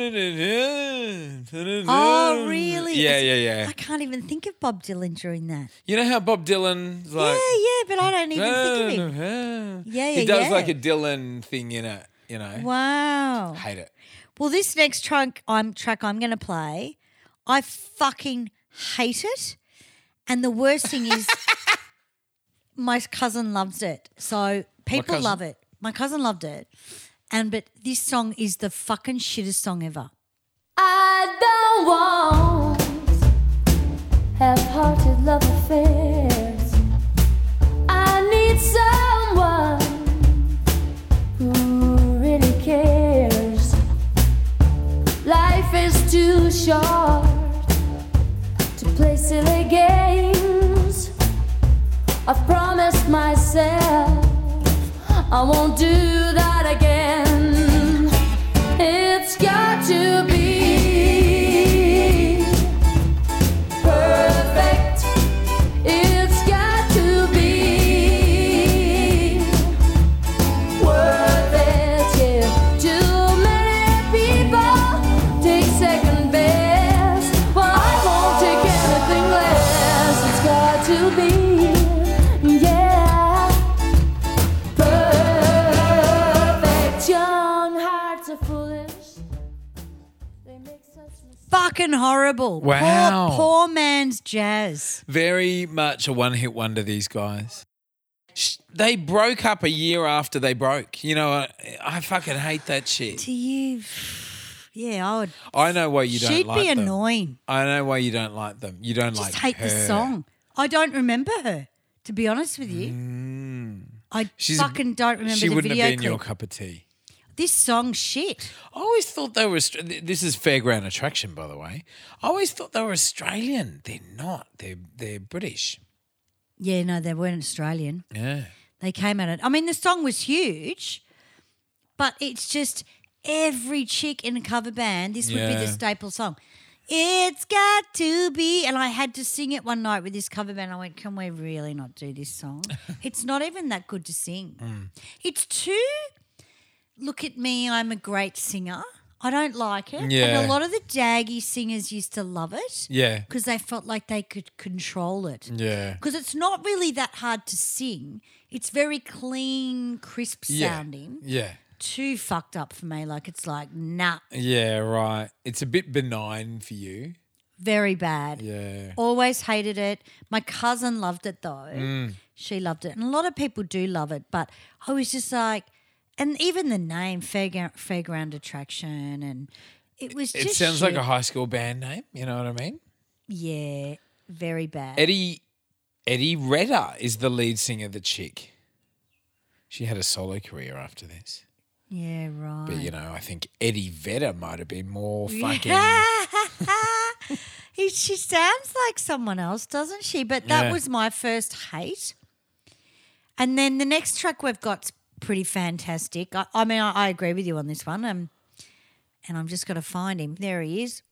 [SPEAKER 1] Oh, really?
[SPEAKER 3] Mm. Yeah, yeah,
[SPEAKER 1] It's-
[SPEAKER 3] yeah.
[SPEAKER 1] I can't even think of Bob Dylan during that.
[SPEAKER 3] You know how Bob Dylan's like.
[SPEAKER 1] yeah, yeah, but I don't even think of him. Yeah,
[SPEAKER 3] He
[SPEAKER 1] yeah,
[SPEAKER 3] does
[SPEAKER 1] yeah.
[SPEAKER 3] like a Dylan thing in it. You know.
[SPEAKER 1] Wow.
[SPEAKER 3] Hate it.
[SPEAKER 1] Well, this next track I'm track I'm going to play, I fucking hate it, and the worst thing is, my cousin loves it. So people
[SPEAKER 3] cousin?
[SPEAKER 1] love it. My cousin loved it, and but this song is the fucking shittest song ever.
[SPEAKER 5] I don't want half-hearted love affairs. I need someone who really cares. Life is too short to play silly games. I've promised myself I won't do that again. It's got to be perfect. It's got to be worth it. Yeah. Too many people take second best. Well, I won't take anything less. It's got to be, yeah. Perfect young hearts are foolish. They make such mistakes.
[SPEAKER 1] Fucking horrible. Poor-
[SPEAKER 3] Wow.
[SPEAKER 1] poor man's jazz.
[SPEAKER 3] Very much a one-hit wonder. These guys. Sh- They broke up a year after they broke. You know, I, I fucking hate that shit.
[SPEAKER 1] Do you? Yeah, I would.
[SPEAKER 3] I know why you don't
[SPEAKER 1] She'd
[SPEAKER 3] like
[SPEAKER 1] be
[SPEAKER 3] them.
[SPEAKER 1] annoying.
[SPEAKER 3] I know why you don't like them. You don't
[SPEAKER 1] Just
[SPEAKER 3] like
[SPEAKER 1] hate the
[SPEAKER 3] her.
[SPEAKER 1] song. I don't remember her, to be honest with you. I fucking don't remember
[SPEAKER 3] Mm. She
[SPEAKER 1] the
[SPEAKER 3] wouldn't
[SPEAKER 1] video
[SPEAKER 3] have been
[SPEAKER 1] clip.
[SPEAKER 3] your cup of tea.
[SPEAKER 1] This song shit.
[SPEAKER 3] I always thought they were. Aust- th- This is Fairground Attraction, by the way. I always thought they were Australian. They're not. They're they're British.
[SPEAKER 1] Yeah, no, they weren't Australian.
[SPEAKER 3] Yeah.
[SPEAKER 1] They came at it. I mean, the song was huge, but it's just every chick in a cover band, this would be the
[SPEAKER 3] Yeah.
[SPEAKER 1] staple song. It's got to be. And I had to sing it one night with this cover band. I went, Can we really not do this song? it's not even that good to sing.
[SPEAKER 3] Hmm.
[SPEAKER 1] It's too, look at me, I'm a great singer. I don't like it. And
[SPEAKER 3] Yeah.
[SPEAKER 1] a lot of the jaggy singers used to love it
[SPEAKER 3] Yeah.
[SPEAKER 1] because they felt like they could control it.
[SPEAKER 3] Yeah.
[SPEAKER 1] Because it's not really that hard to sing. It's very clean, crisp sounding.
[SPEAKER 3] Yeah.
[SPEAKER 1] Too fucked up for me. Like it's like nah,
[SPEAKER 3] Yeah. Yeah. Right. It's a bit benign for you.
[SPEAKER 1] very bad.
[SPEAKER 3] Yeah.
[SPEAKER 1] Always hated it. My cousin loved it though.
[SPEAKER 3] Mm.
[SPEAKER 1] She loved it, and a lot of people do love it. But I was just like, and even the name fairground, fairground attraction, and it was.
[SPEAKER 3] It
[SPEAKER 1] just
[SPEAKER 3] sounds like
[SPEAKER 1] shit.
[SPEAKER 3] a high school band name. You know what I mean?
[SPEAKER 1] yeah, very bad.
[SPEAKER 3] Eddie Eddie Redder is the lead singer, the chick. She had a solo career after this.
[SPEAKER 1] yeah, right.
[SPEAKER 3] But you know, I think Eddie Vedder might have been more fucking
[SPEAKER 1] He- she sounds like someone else, doesn't she? But that
[SPEAKER 3] Yeah.
[SPEAKER 1] was my first hate. And then the next track we've got's pretty fantastic. I, I mean, I, I agree with you on this one. Um, and I'm just going to find him. There he is.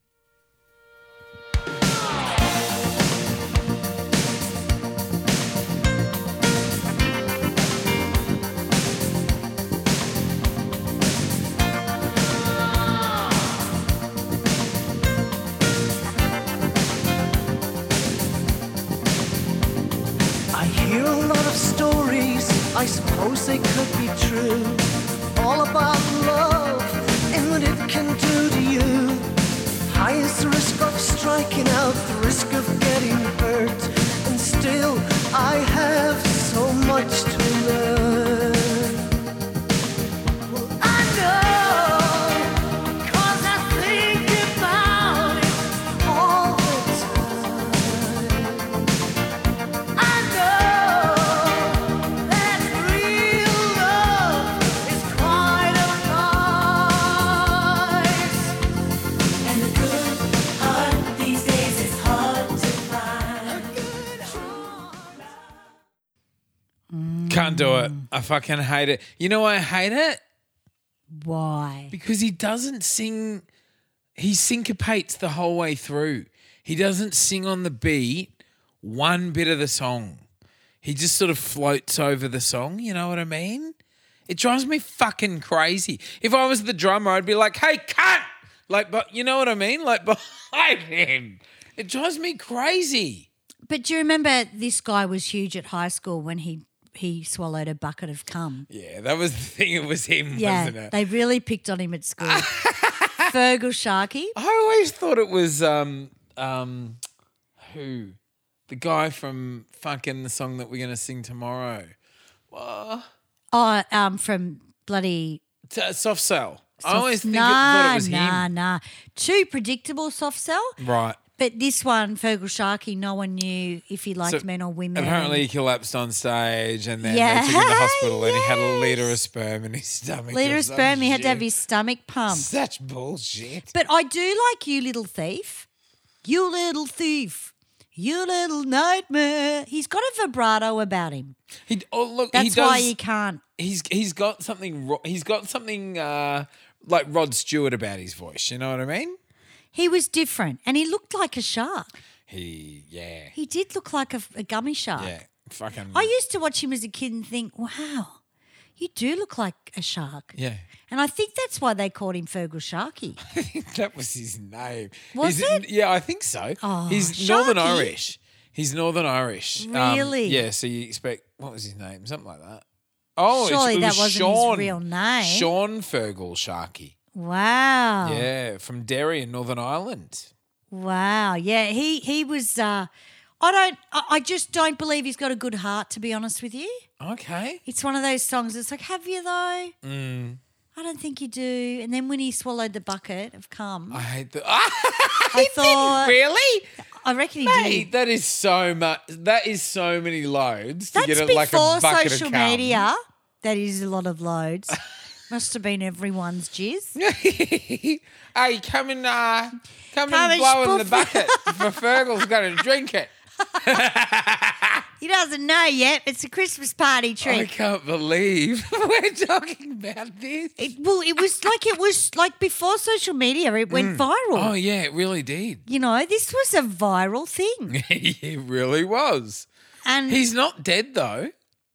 [SPEAKER 2] I hear a lot of stories, I suppose they could be true. All about love and what it can do to you. High is the risk of striking out, the risk of getting hurt. And still, I have so much to learn. Well, I know, 'cause I think about it all the time. I know that real love is quite a prize.
[SPEAKER 5] And the good heart these days is hard to find.
[SPEAKER 3] Can't do it. I fucking hate it. You know why I hate it?
[SPEAKER 1] Why?
[SPEAKER 3] Because he doesn't sing he syncopates the whole way through. He doesn't sing on the beat one bit of the song. He just sort of floats over the song, you know what I mean? It drives me fucking crazy. If I was the drummer, I'd be like, hey, cut! Like, but you know what I mean? Like, behind him. It drives me crazy.
[SPEAKER 1] But do you remember this guy was huge at high school when he, he swallowed a bucket of cum?
[SPEAKER 3] Yeah, that was the thing. It was him, wasn't
[SPEAKER 1] Yeah,
[SPEAKER 3] it?
[SPEAKER 1] they really picked on him at school. Fergal Sharkey.
[SPEAKER 3] I always thought it was um um who the guy from fucking the song that we're gonna sing tomorrow.
[SPEAKER 1] Oh, um, from bloody
[SPEAKER 3] T- uh, soft sell. I
[SPEAKER 1] Soft-
[SPEAKER 3] always think it,
[SPEAKER 1] nah,
[SPEAKER 3] thought it was
[SPEAKER 1] nah,
[SPEAKER 3] him.
[SPEAKER 1] nah. Too predictable soft sell.
[SPEAKER 3] Right.
[SPEAKER 1] But this one, Fergal Sharkey, no one knew if he liked
[SPEAKER 3] So
[SPEAKER 1] men or women.
[SPEAKER 3] Apparently he collapsed on stage and then
[SPEAKER 1] Yeah.
[SPEAKER 3] they took him to hospital and he had a liter of sperm in his stomach.
[SPEAKER 1] Leader
[SPEAKER 3] or
[SPEAKER 1] of
[SPEAKER 3] some
[SPEAKER 1] sperm, he had to have
[SPEAKER 3] shit.
[SPEAKER 1] his stomach pumped.
[SPEAKER 3] such bullshit.
[SPEAKER 1] But I do like You Little Thief. You Little Thief. You Little Nightmare. He's got a vibrato about him.
[SPEAKER 3] He, oh look,
[SPEAKER 1] That's
[SPEAKER 3] he does,
[SPEAKER 1] why he can't.
[SPEAKER 3] he's he's got something ro- he's got something uh like Rod Stewart about his voice, you know what I mean?
[SPEAKER 1] He was different and he looked like a shark.
[SPEAKER 3] He yeah.
[SPEAKER 1] He did look like a, a gummy shark.
[SPEAKER 3] Yeah. Fucking
[SPEAKER 1] I used to watch him as a kid and think, wow, you do look like a shark.
[SPEAKER 3] Yeah.
[SPEAKER 1] And I think that's why they called him Fergal Sharkey.
[SPEAKER 3] that was his name.
[SPEAKER 1] Was
[SPEAKER 3] He's-
[SPEAKER 1] it?
[SPEAKER 3] Yeah, I think so.
[SPEAKER 1] Oh,
[SPEAKER 3] he's
[SPEAKER 1] Sharky.
[SPEAKER 3] Northern Irish. He's Northern Irish. Um,
[SPEAKER 1] Really?
[SPEAKER 3] yeah. So you expect what was his name? Something like that. Oh, it's-
[SPEAKER 1] Surely
[SPEAKER 3] it
[SPEAKER 1] that
[SPEAKER 3] was
[SPEAKER 1] wasn't his
[SPEAKER 3] Sean,
[SPEAKER 1] real name. Oh.
[SPEAKER 3] Sean Fergal Sharkey.
[SPEAKER 1] Wow.
[SPEAKER 3] Yeah, from Derry in Northern Ireland.
[SPEAKER 1] Wow. Yeah. He he was. Uh, I don't. I, I just don't believe he's got a good heart. To be honest with you,
[SPEAKER 3] Okay. Mm.
[SPEAKER 1] it's one of those songs. It's like, have you though? I don't don't think you do. And then when he swallowed the bucket of cum,
[SPEAKER 3] I
[SPEAKER 1] I,
[SPEAKER 3] hate the. I
[SPEAKER 1] thought,
[SPEAKER 3] really?
[SPEAKER 1] I reckon he
[SPEAKER 3] Mate,
[SPEAKER 1] did.
[SPEAKER 3] that is so much. That is so many loads to
[SPEAKER 1] That's
[SPEAKER 3] get it like a
[SPEAKER 1] before
[SPEAKER 3] bucket
[SPEAKER 1] social
[SPEAKER 3] of cum.
[SPEAKER 1] media. That is a lot of loads. Must have been everyone's jizz.
[SPEAKER 3] hey, come and uh, come,
[SPEAKER 1] Come
[SPEAKER 3] and
[SPEAKER 1] and
[SPEAKER 3] blow in the
[SPEAKER 1] spoof.
[SPEAKER 3] bucket. For Fergal's going to drink it.
[SPEAKER 1] He doesn't know yet. It's a Christmas party trick.
[SPEAKER 3] I can't believe we're talking about this.
[SPEAKER 1] It, well, it was like it was like before social media, it went viral.
[SPEAKER 3] Oh yeah, it really did.
[SPEAKER 1] You know, this was a viral thing.
[SPEAKER 3] it really was.
[SPEAKER 1] And
[SPEAKER 3] He's not dead though.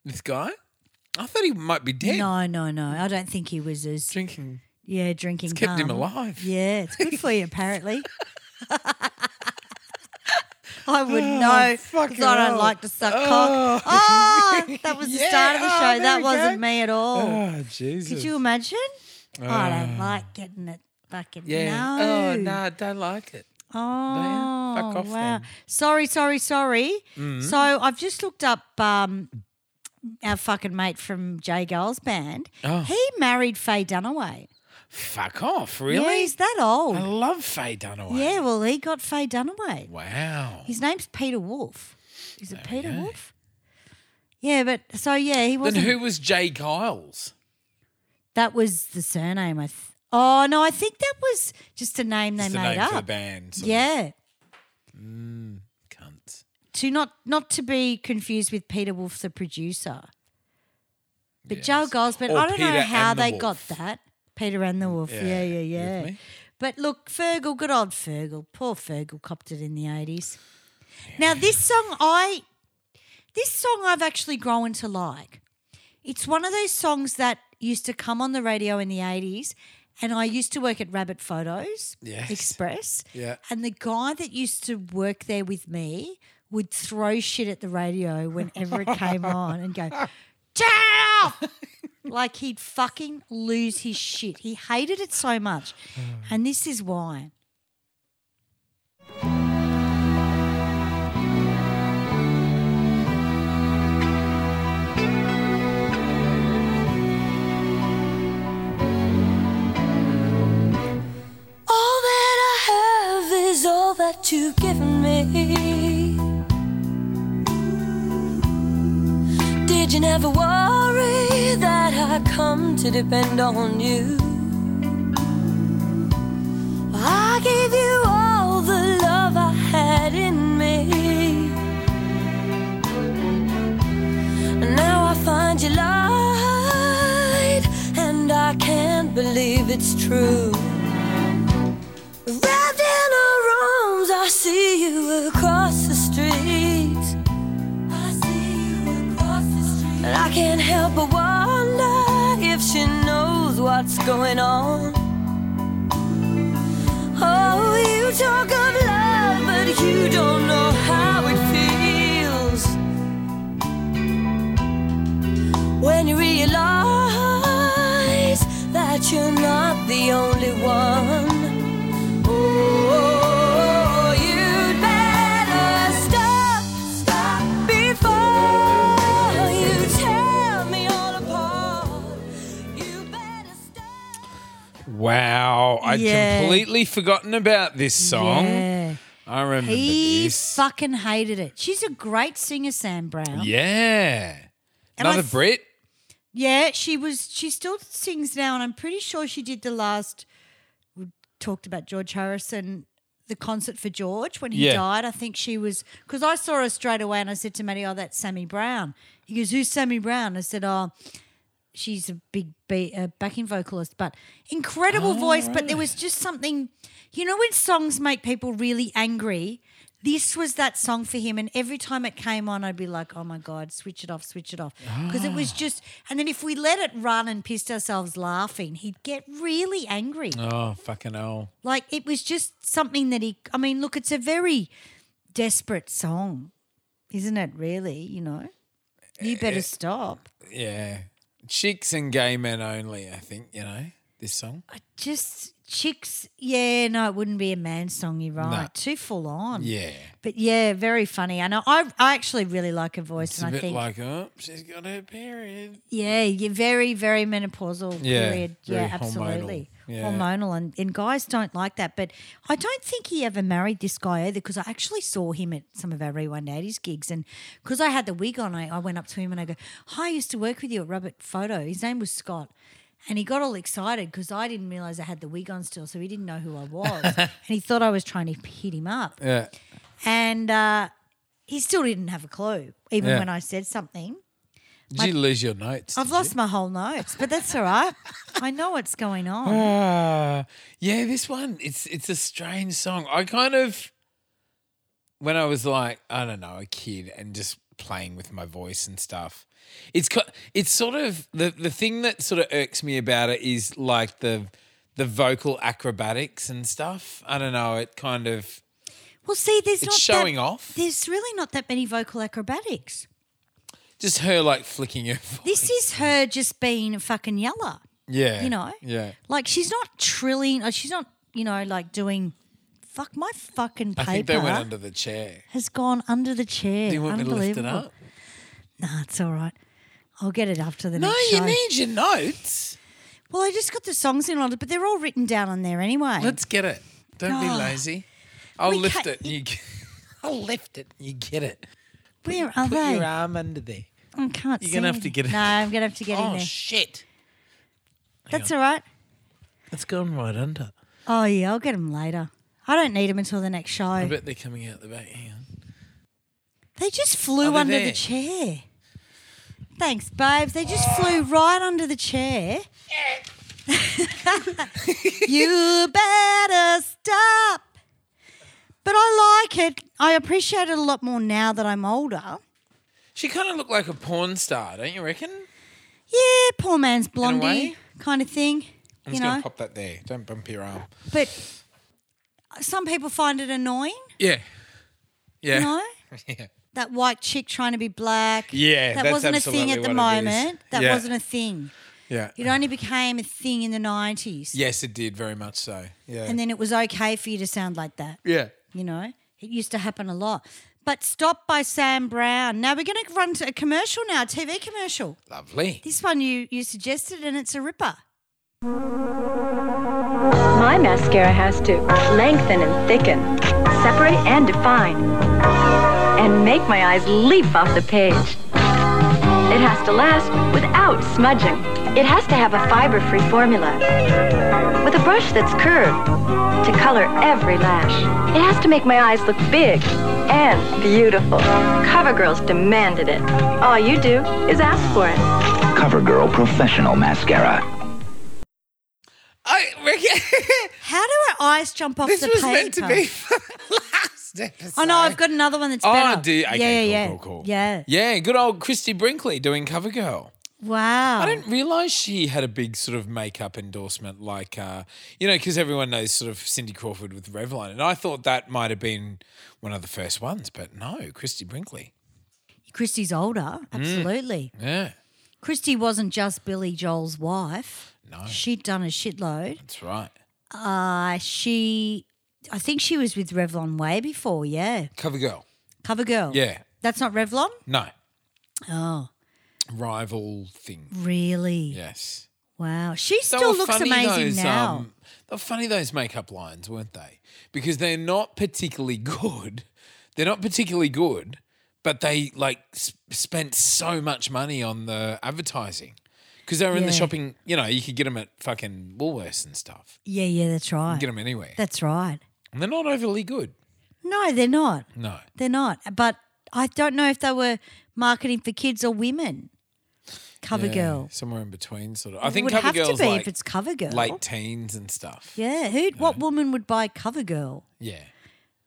[SPEAKER 3] This guy. I thought he might be dead.
[SPEAKER 1] no, no, no. I don't think he was as
[SPEAKER 3] Drinking
[SPEAKER 1] yeah drinking.
[SPEAKER 3] kept him
[SPEAKER 1] cum.
[SPEAKER 3] alive.
[SPEAKER 1] Yeah, it's good for you apparently. I wouldn't
[SPEAKER 3] Oh,
[SPEAKER 1] know because I don't like to suck cock. Oh, that was the
[SPEAKER 3] Yeah,
[SPEAKER 1] start of the
[SPEAKER 3] oh,
[SPEAKER 1] show.
[SPEAKER 3] there
[SPEAKER 1] that
[SPEAKER 3] we
[SPEAKER 1] wasn't
[SPEAKER 3] go.
[SPEAKER 1] me at all.
[SPEAKER 3] Oh Jesus. Uh.
[SPEAKER 1] Could you imagine? I don't like getting it. Fucking
[SPEAKER 3] Yeah.
[SPEAKER 1] no.
[SPEAKER 3] Oh no, I don't like it.
[SPEAKER 1] Oh,
[SPEAKER 3] Fuck off
[SPEAKER 1] wow.
[SPEAKER 3] then.
[SPEAKER 1] Sorry, sorry, sorry.
[SPEAKER 3] Mm.
[SPEAKER 1] So I've just looked up um, our fucking mate from Jay Girls Band.
[SPEAKER 3] Oh.
[SPEAKER 1] He married Faye Dunaway.
[SPEAKER 3] Fuck off,
[SPEAKER 1] Yeah,
[SPEAKER 3] really?
[SPEAKER 1] he's that
[SPEAKER 3] I
[SPEAKER 1] old.
[SPEAKER 3] love Faye Dunaway.
[SPEAKER 1] Yeah, well, he got Faye Dunaway.
[SPEAKER 3] Wow.
[SPEAKER 1] His name's Peter Wolf. Is it Peter Wolf? Yeah, but so yeah, he
[SPEAKER 3] Then
[SPEAKER 1] wasn't.
[SPEAKER 3] who was Jay Giles?
[SPEAKER 1] That was the surname. I th- oh no, I think that was just a name
[SPEAKER 3] That's
[SPEAKER 1] they
[SPEAKER 3] the
[SPEAKER 1] made
[SPEAKER 3] name
[SPEAKER 1] up.
[SPEAKER 3] for the band. sort of
[SPEAKER 1] Yeah,
[SPEAKER 3] Cunts.
[SPEAKER 1] to not not to be confused with Peter Wolf, the producer. But Joe Goldsman,
[SPEAKER 3] Or
[SPEAKER 1] I don't know
[SPEAKER 3] Peter
[SPEAKER 1] how
[SPEAKER 3] and the
[SPEAKER 1] they
[SPEAKER 3] Wolf.
[SPEAKER 1] got that. Peter and the Wolf, yeah, yeah,
[SPEAKER 3] you
[SPEAKER 1] yeah.
[SPEAKER 3] with me?
[SPEAKER 1] But look, Fergal, good old Fergal. Poor Fergal copped it in the eighties. Now this song, I this song I've actually grown to like. It's one of those songs that used to come on the radio in the eighties, and I used to work at Rabbit Photos
[SPEAKER 3] Yes.
[SPEAKER 1] Express.
[SPEAKER 3] Yeah.
[SPEAKER 1] And the guy that used to work there with me would throw shit at the radio whenever it came on and go, "Turn it off!" Like he'd fucking lose his shit. He hated it so much. And this is why.
[SPEAKER 5] All that I have is all that you've given me. Did you never worry that I come to depend on you? I gave you all the love I had in me. And Now I find you lied, and I can't believe it's true. Wrapped in her arms, I see you across the street. I see you across the street. And I can't help but wonder if she knows what's going on. Oh, you talk of love, but you don't know how it feels. When you realize that you're not the only one. Oh, you'd better stop, stop before you tear me all apart. You better stop.
[SPEAKER 3] Wow, I'd
[SPEAKER 1] Yeah.
[SPEAKER 3] completely forgotten about this song.
[SPEAKER 1] Yeah.
[SPEAKER 3] I remember
[SPEAKER 1] He
[SPEAKER 3] this.
[SPEAKER 1] fucking hated it. She's a great singer, Sam Brown.
[SPEAKER 3] yeah.
[SPEAKER 1] And I
[SPEAKER 3] Another
[SPEAKER 1] th-
[SPEAKER 3] Brit.
[SPEAKER 1] Yeah, she was. She still sings now, and I'm pretty sure she did the last. We talked about George Harrison, the concert for George when he
[SPEAKER 3] Yeah.
[SPEAKER 1] died. I think she was because I saw her straight away, and I said to Matty, "Oh, that's Sammy Brown." He goes, "Who's Sammy Brown?" I said, "Oh." She's a big be- uh, backing vocalist, but incredible voice. But there was just something, you know, when songs make people really angry. This was that song for him, and every time it came on, I'd be like, "Oh my god, switch it off, switch it off," because it was just. And then if we let it run and pissed ourselves laughing, he'd get really angry.
[SPEAKER 3] Oh, fucking hell.
[SPEAKER 1] Like it was just something that he. I mean, look, it's a very desperate song, isn't it? Really, you know, you better stop.
[SPEAKER 3] Yeah. Chicks and gay men only, I think, you know. This song?
[SPEAKER 1] Just chicks. Yeah, no, it wouldn't be a man's song. You're right.
[SPEAKER 3] No.
[SPEAKER 1] Too full on.
[SPEAKER 3] Yeah.
[SPEAKER 1] But yeah, very funny. I know. I, I actually really like her voice,
[SPEAKER 3] It's a
[SPEAKER 1] and I
[SPEAKER 3] bit
[SPEAKER 1] think
[SPEAKER 3] like, oh, she's got her period.
[SPEAKER 1] yeah, you're very very menopausal
[SPEAKER 3] Yeah,
[SPEAKER 1] period.
[SPEAKER 3] very
[SPEAKER 1] Yeah, absolutely.
[SPEAKER 3] hormonal. Yeah.
[SPEAKER 1] Hormonal and, and guys don't like that, but I don't think he ever married this guy either because I actually saw him at some of our Re180s gigs. And because I had the wig on, I, I went up to him and I go, Hi, I used to work with you at Robert Photo. His name was Scott. And he got all excited because I didn't realize I had the wig on still. So he didn't know who I was. and he thought I was trying to hit him up.
[SPEAKER 3] Yeah.
[SPEAKER 1] And uh, he still didn't have a clue, even
[SPEAKER 3] Yeah.
[SPEAKER 1] when I said something.
[SPEAKER 3] Did you lose your notes?
[SPEAKER 1] I've
[SPEAKER 3] Did
[SPEAKER 1] lost my whole notes, but that's all right. I know what's going on.
[SPEAKER 3] Ah, yeah, this one it's it's a strange song. I kind of when I was like I don't know a kid and just playing with my voice and stuff. It's ki- it's sort of the the thing that sort of irks me about it is like the the vocal acrobatics and stuff. I don't know. It kind of
[SPEAKER 1] Well, see, there's
[SPEAKER 3] It's
[SPEAKER 1] not
[SPEAKER 3] showing
[SPEAKER 1] that,
[SPEAKER 3] off.
[SPEAKER 1] There's really not that many vocal acrobatics.
[SPEAKER 3] just her like flicking her. Voice.
[SPEAKER 1] This is her just being a fucking yeller.
[SPEAKER 3] yeah,
[SPEAKER 1] you know.
[SPEAKER 3] yeah.
[SPEAKER 1] Like she's not trilling. uh, She's not, you know, like doing. Fuck my fucking
[SPEAKER 3] I
[SPEAKER 1] paper
[SPEAKER 3] think they went under the chair.
[SPEAKER 1] has gone under the chair.
[SPEAKER 3] Do you want me to lift it
[SPEAKER 1] Unbelievable.
[SPEAKER 3] up?
[SPEAKER 1] Nah, it's all right. I'll get it after the
[SPEAKER 3] No,
[SPEAKER 1] next show.
[SPEAKER 3] you need your notes.
[SPEAKER 1] well, I just got the songs in order, but they're all written down on there anyway.
[SPEAKER 3] Let's get it. Don't be
[SPEAKER 1] Ah.
[SPEAKER 3] lazy. I'll
[SPEAKER 1] We
[SPEAKER 3] lift
[SPEAKER 1] can't-
[SPEAKER 3] it. And you, g- I'll lift it. And you get it.
[SPEAKER 1] Where are
[SPEAKER 3] Put
[SPEAKER 1] they?
[SPEAKER 3] your arm under there.
[SPEAKER 1] I can't
[SPEAKER 3] You're
[SPEAKER 1] see
[SPEAKER 3] gonna have to
[SPEAKER 1] anything.
[SPEAKER 3] get it.
[SPEAKER 1] No, I'm going to have to get in
[SPEAKER 3] Oh
[SPEAKER 1] there.
[SPEAKER 3] shit!
[SPEAKER 1] That's all right.
[SPEAKER 3] It's gone right under.
[SPEAKER 1] Oh, yeah, I'll get them later. I don't need them until the next
[SPEAKER 3] I
[SPEAKER 1] show.
[SPEAKER 3] bet they're coming out the back. Hang on.
[SPEAKER 1] They just flew
[SPEAKER 3] they
[SPEAKER 1] under the
[SPEAKER 3] there?
[SPEAKER 1] chair. Thanks, babes. They just flew right under the chair. you better stop. But I like it. I appreciate it a lot more now that I'm older.
[SPEAKER 3] She kind of looked like a porn star, don't you reckon?
[SPEAKER 1] Yeah, poor man's blondie
[SPEAKER 3] way.
[SPEAKER 1] kind of thing.
[SPEAKER 3] I'm
[SPEAKER 1] you
[SPEAKER 3] just
[SPEAKER 1] know,
[SPEAKER 3] gonna pop that there. Don't bump your arm.
[SPEAKER 1] but some people find it annoying.
[SPEAKER 3] Yeah. Yeah.
[SPEAKER 1] You know?
[SPEAKER 3] Yeah.
[SPEAKER 1] That white chick trying to be black.
[SPEAKER 3] Yeah,
[SPEAKER 1] That
[SPEAKER 3] that's
[SPEAKER 1] wasn't a thing
[SPEAKER 3] absolutely
[SPEAKER 1] at the
[SPEAKER 3] what it is.
[SPEAKER 1] moment. That
[SPEAKER 3] Yeah.
[SPEAKER 1] wasn't a thing.
[SPEAKER 3] Yeah.
[SPEAKER 1] It only became a thing in the 90s.
[SPEAKER 3] Yes, it did very much so. Yeah.
[SPEAKER 1] And then it was okay for you to sound like that.
[SPEAKER 3] yeah.
[SPEAKER 1] You know, it used to happen a lot. But Stop by Sam Brown. Now we're going to run to a commercial now, a TV commercial.
[SPEAKER 3] Lovely.
[SPEAKER 1] This one you, you suggested, and it's a ripper.
[SPEAKER 6] My mascara has to lengthen and thicken, separate and define, and make my eyes leap off the page. It has to last without smudging. It has to have a fiber free formula with a brush that's curved to color every lash. It has to make my eyes look big and beautiful. CoverGirls demanded it. All you do is ask for it.
[SPEAKER 7] CoverGirl Professional Mascara.
[SPEAKER 3] I reckon
[SPEAKER 1] How do our eyes jump off
[SPEAKER 3] this
[SPEAKER 1] the
[SPEAKER 3] was
[SPEAKER 1] paper?
[SPEAKER 3] meant to be for the last episode.
[SPEAKER 1] Oh no, I've got another one that's better.
[SPEAKER 3] Oh, do you? Okay,
[SPEAKER 1] yeah,
[SPEAKER 3] cool,
[SPEAKER 1] yeah,
[SPEAKER 3] cool, cool.
[SPEAKER 1] yeah. Yeah.
[SPEAKER 3] Yeah, good old Christy Brinkley doing CoverGirl.
[SPEAKER 1] Wow.
[SPEAKER 3] I didn't realise she had a big sort of makeup endorsement, like, uh, you know, because everyone knows sort of Cindy Crawford with Revlon. And I thought that might have been one of the first ones, but no, Christy Brinkley.
[SPEAKER 1] Christy's older,
[SPEAKER 3] Mm.
[SPEAKER 1] absolutely.
[SPEAKER 3] Yeah,
[SPEAKER 1] Christy wasn't just Billy Joel's wife.
[SPEAKER 3] No.
[SPEAKER 1] She'd done a shitload.
[SPEAKER 3] that's right.
[SPEAKER 1] Uh, she, I think she was with Revlon way before, yeah.
[SPEAKER 3] CoverGirl.
[SPEAKER 1] Covergirl.
[SPEAKER 3] Yeah,
[SPEAKER 1] That's not Revlon?
[SPEAKER 3] no.
[SPEAKER 1] Oh,
[SPEAKER 3] Rival thing.
[SPEAKER 1] really?
[SPEAKER 3] Yes.
[SPEAKER 1] Wow. She
[SPEAKER 3] They
[SPEAKER 1] still
[SPEAKER 3] were
[SPEAKER 1] looks
[SPEAKER 3] funny,
[SPEAKER 1] amazing
[SPEAKER 3] those,
[SPEAKER 1] now.
[SPEAKER 3] um, they were funny those makeup lines, weren't they? Because they're not particularly good. They're not particularly good, but they like s- spent so much money on the advertising because they were in the
[SPEAKER 1] Yeah.
[SPEAKER 3] shopping. You know, you could get them at fucking Woolworths and stuff.
[SPEAKER 1] yeah, yeah, that's right.
[SPEAKER 3] Get them anywhere.
[SPEAKER 1] That's right.
[SPEAKER 3] And they're not overly good.
[SPEAKER 1] No, they're not.
[SPEAKER 3] No.
[SPEAKER 1] They're not. But I don't know if they were marketing for kids or women.
[SPEAKER 3] Yeah,
[SPEAKER 1] Covergirl.
[SPEAKER 3] somewhere in between, sort of. I think
[SPEAKER 1] would have to
[SPEAKER 3] CoverGirl's
[SPEAKER 1] be if
[SPEAKER 3] like
[SPEAKER 1] it's CoverGirl.
[SPEAKER 3] late teens and stuff.
[SPEAKER 1] Yeah, who? What woman would buy CoverGirl?
[SPEAKER 3] yeah.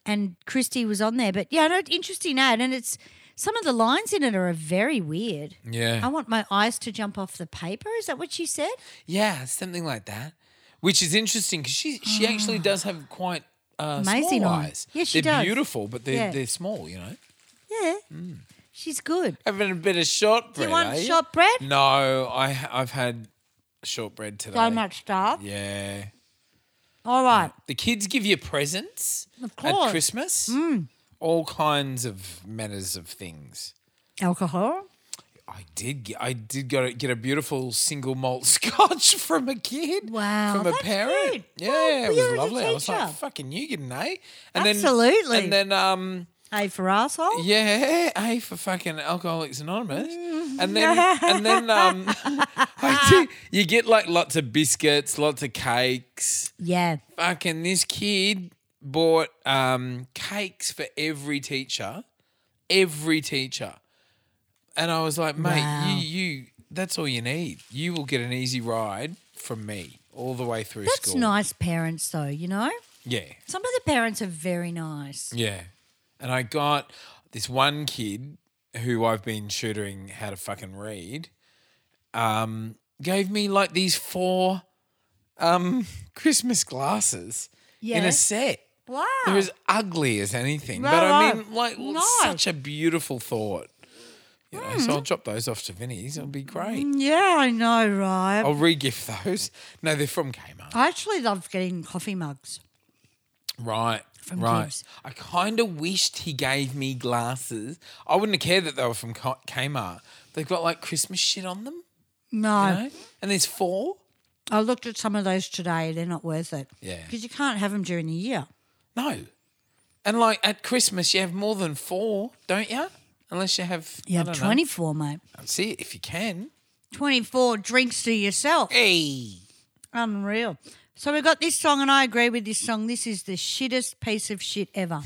[SPEAKER 1] And Christy was on there, but yeah, no, interesting ad, and it's some of the lines in it are very weird.
[SPEAKER 3] Yeah.
[SPEAKER 1] I want my eyes to jump off the paper. Is that what she said?
[SPEAKER 3] Yeah, something like that. Which is interesting because she she actually does have quite uh,
[SPEAKER 1] Ah. Amazing
[SPEAKER 3] small
[SPEAKER 1] eye.
[SPEAKER 3] eyes.
[SPEAKER 1] Yeah, she
[SPEAKER 3] they're
[SPEAKER 1] does.
[SPEAKER 3] beautiful, but they're
[SPEAKER 1] Yeah.
[SPEAKER 3] they're small. You know,
[SPEAKER 1] Yeah,
[SPEAKER 3] Mm.
[SPEAKER 1] she's good.
[SPEAKER 3] having a bit of shortbread.
[SPEAKER 1] want
[SPEAKER 3] eh?
[SPEAKER 1] shortbread?
[SPEAKER 3] No, I ha- I've had shortbread today.
[SPEAKER 1] So much stuff.
[SPEAKER 3] Yeah.
[SPEAKER 1] All right.
[SPEAKER 3] The kids give you presents
[SPEAKER 1] Of
[SPEAKER 3] at
[SPEAKER 1] course. Mm.
[SPEAKER 3] Christmas. All kinds of manners of things.
[SPEAKER 1] Alcohol.
[SPEAKER 3] I did. Get, I did get a, get a beautiful single malt scotch from a kid.
[SPEAKER 1] Wow,
[SPEAKER 3] from a
[SPEAKER 1] that's
[SPEAKER 3] parent.
[SPEAKER 1] good.
[SPEAKER 3] Yeah,
[SPEAKER 1] Well,
[SPEAKER 3] it
[SPEAKER 1] you're
[SPEAKER 3] was
[SPEAKER 1] the
[SPEAKER 3] lovely. I was like,
[SPEAKER 1] teacher.
[SPEAKER 3] "Fucking, you get an A."
[SPEAKER 1] Absolutely.
[SPEAKER 3] Then, and then, um,
[SPEAKER 1] A for asshole.
[SPEAKER 3] yeah, A for fucking Alcoholics Anonymous.
[SPEAKER 1] Mm.
[SPEAKER 3] And then, and then, um, I did, you get like lots of biscuits, lots of cakes
[SPEAKER 1] Yeah.
[SPEAKER 3] fucking this kid bought um, cakes for every teacher, every teacher, and I was like, mate,
[SPEAKER 1] Wow.
[SPEAKER 3] you, you, that's all you need. You will get an easy ride from me all the way through
[SPEAKER 1] That's
[SPEAKER 3] school.
[SPEAKER 1] nice parents though, you know?
[SPEAKER 3] Yeah,
[SPEAKER 1] Some of the parents are very nice.
[SPEAKER 3] yeah. And I got this one kid who I've been tutoring how to fucking read. Um, gave me like these four um Christmas glasses in
[SPEAKER 1] Yeah.
[SPEAKER 3] a set.
[SPEAKER 1] Wow.
[SPEAKER 3] They're as ugly as anything.
[SPEAKER 1] Right,
[SPEAKER 3] but I
[SPEAKER 1] right.
[SPEAKER 3] mean, like,
[SPEAKER 1] Nice.
[SPEAKER 3] such a beautiful thought. You know,
[SPEAKER 1] Mm.
[SPEAKER 3] So I'll drop those off to Vinnie's. It'll be great.
[SPEAKER 1] yeah, I know, right?
[SPEAKER 3] I'll re gift those. No, they're from Kmart.
[SPEAKER 1] I actually love getting coffee mugs.
[SPEAKER 3] Right.
[SPEAKER 1] From
[SPEAKER 3] right.
[SPEAKER 1] Kmart.
[SPEAKER 3] I kind of wished he gave me glasses. I wouldn't have cared that they were from K- Kmart. They've got like Christmas shit on them,
[SPEAKER 1] No.
[SPEAKER 3] you know? And there's four.
[SPEAKER 1] I looked at some of those today. They're not worth it.
[SPEAKER 3] Yeah.
[SPEAKER 1] Because you can't have them during the year.
[SPEAKER 3] No. And like at Christmas, you have more than four, don't you? Unless you have,
[SPEAKER 1] You
[SPEAKER 3] I
[SPEAKER 1] have
[SPEAKER 3] don't know.
[SPEAKER 1] 24, mate.
[SPEAKER 3] See it if you can.
[SPEAKER 1] 24 drinks to yourself.
[SPEAKER 3] Hey.
[SPEAKER 1] Unreal. So we got this song, and I agree with this song. This is the shittest piece of shit ever.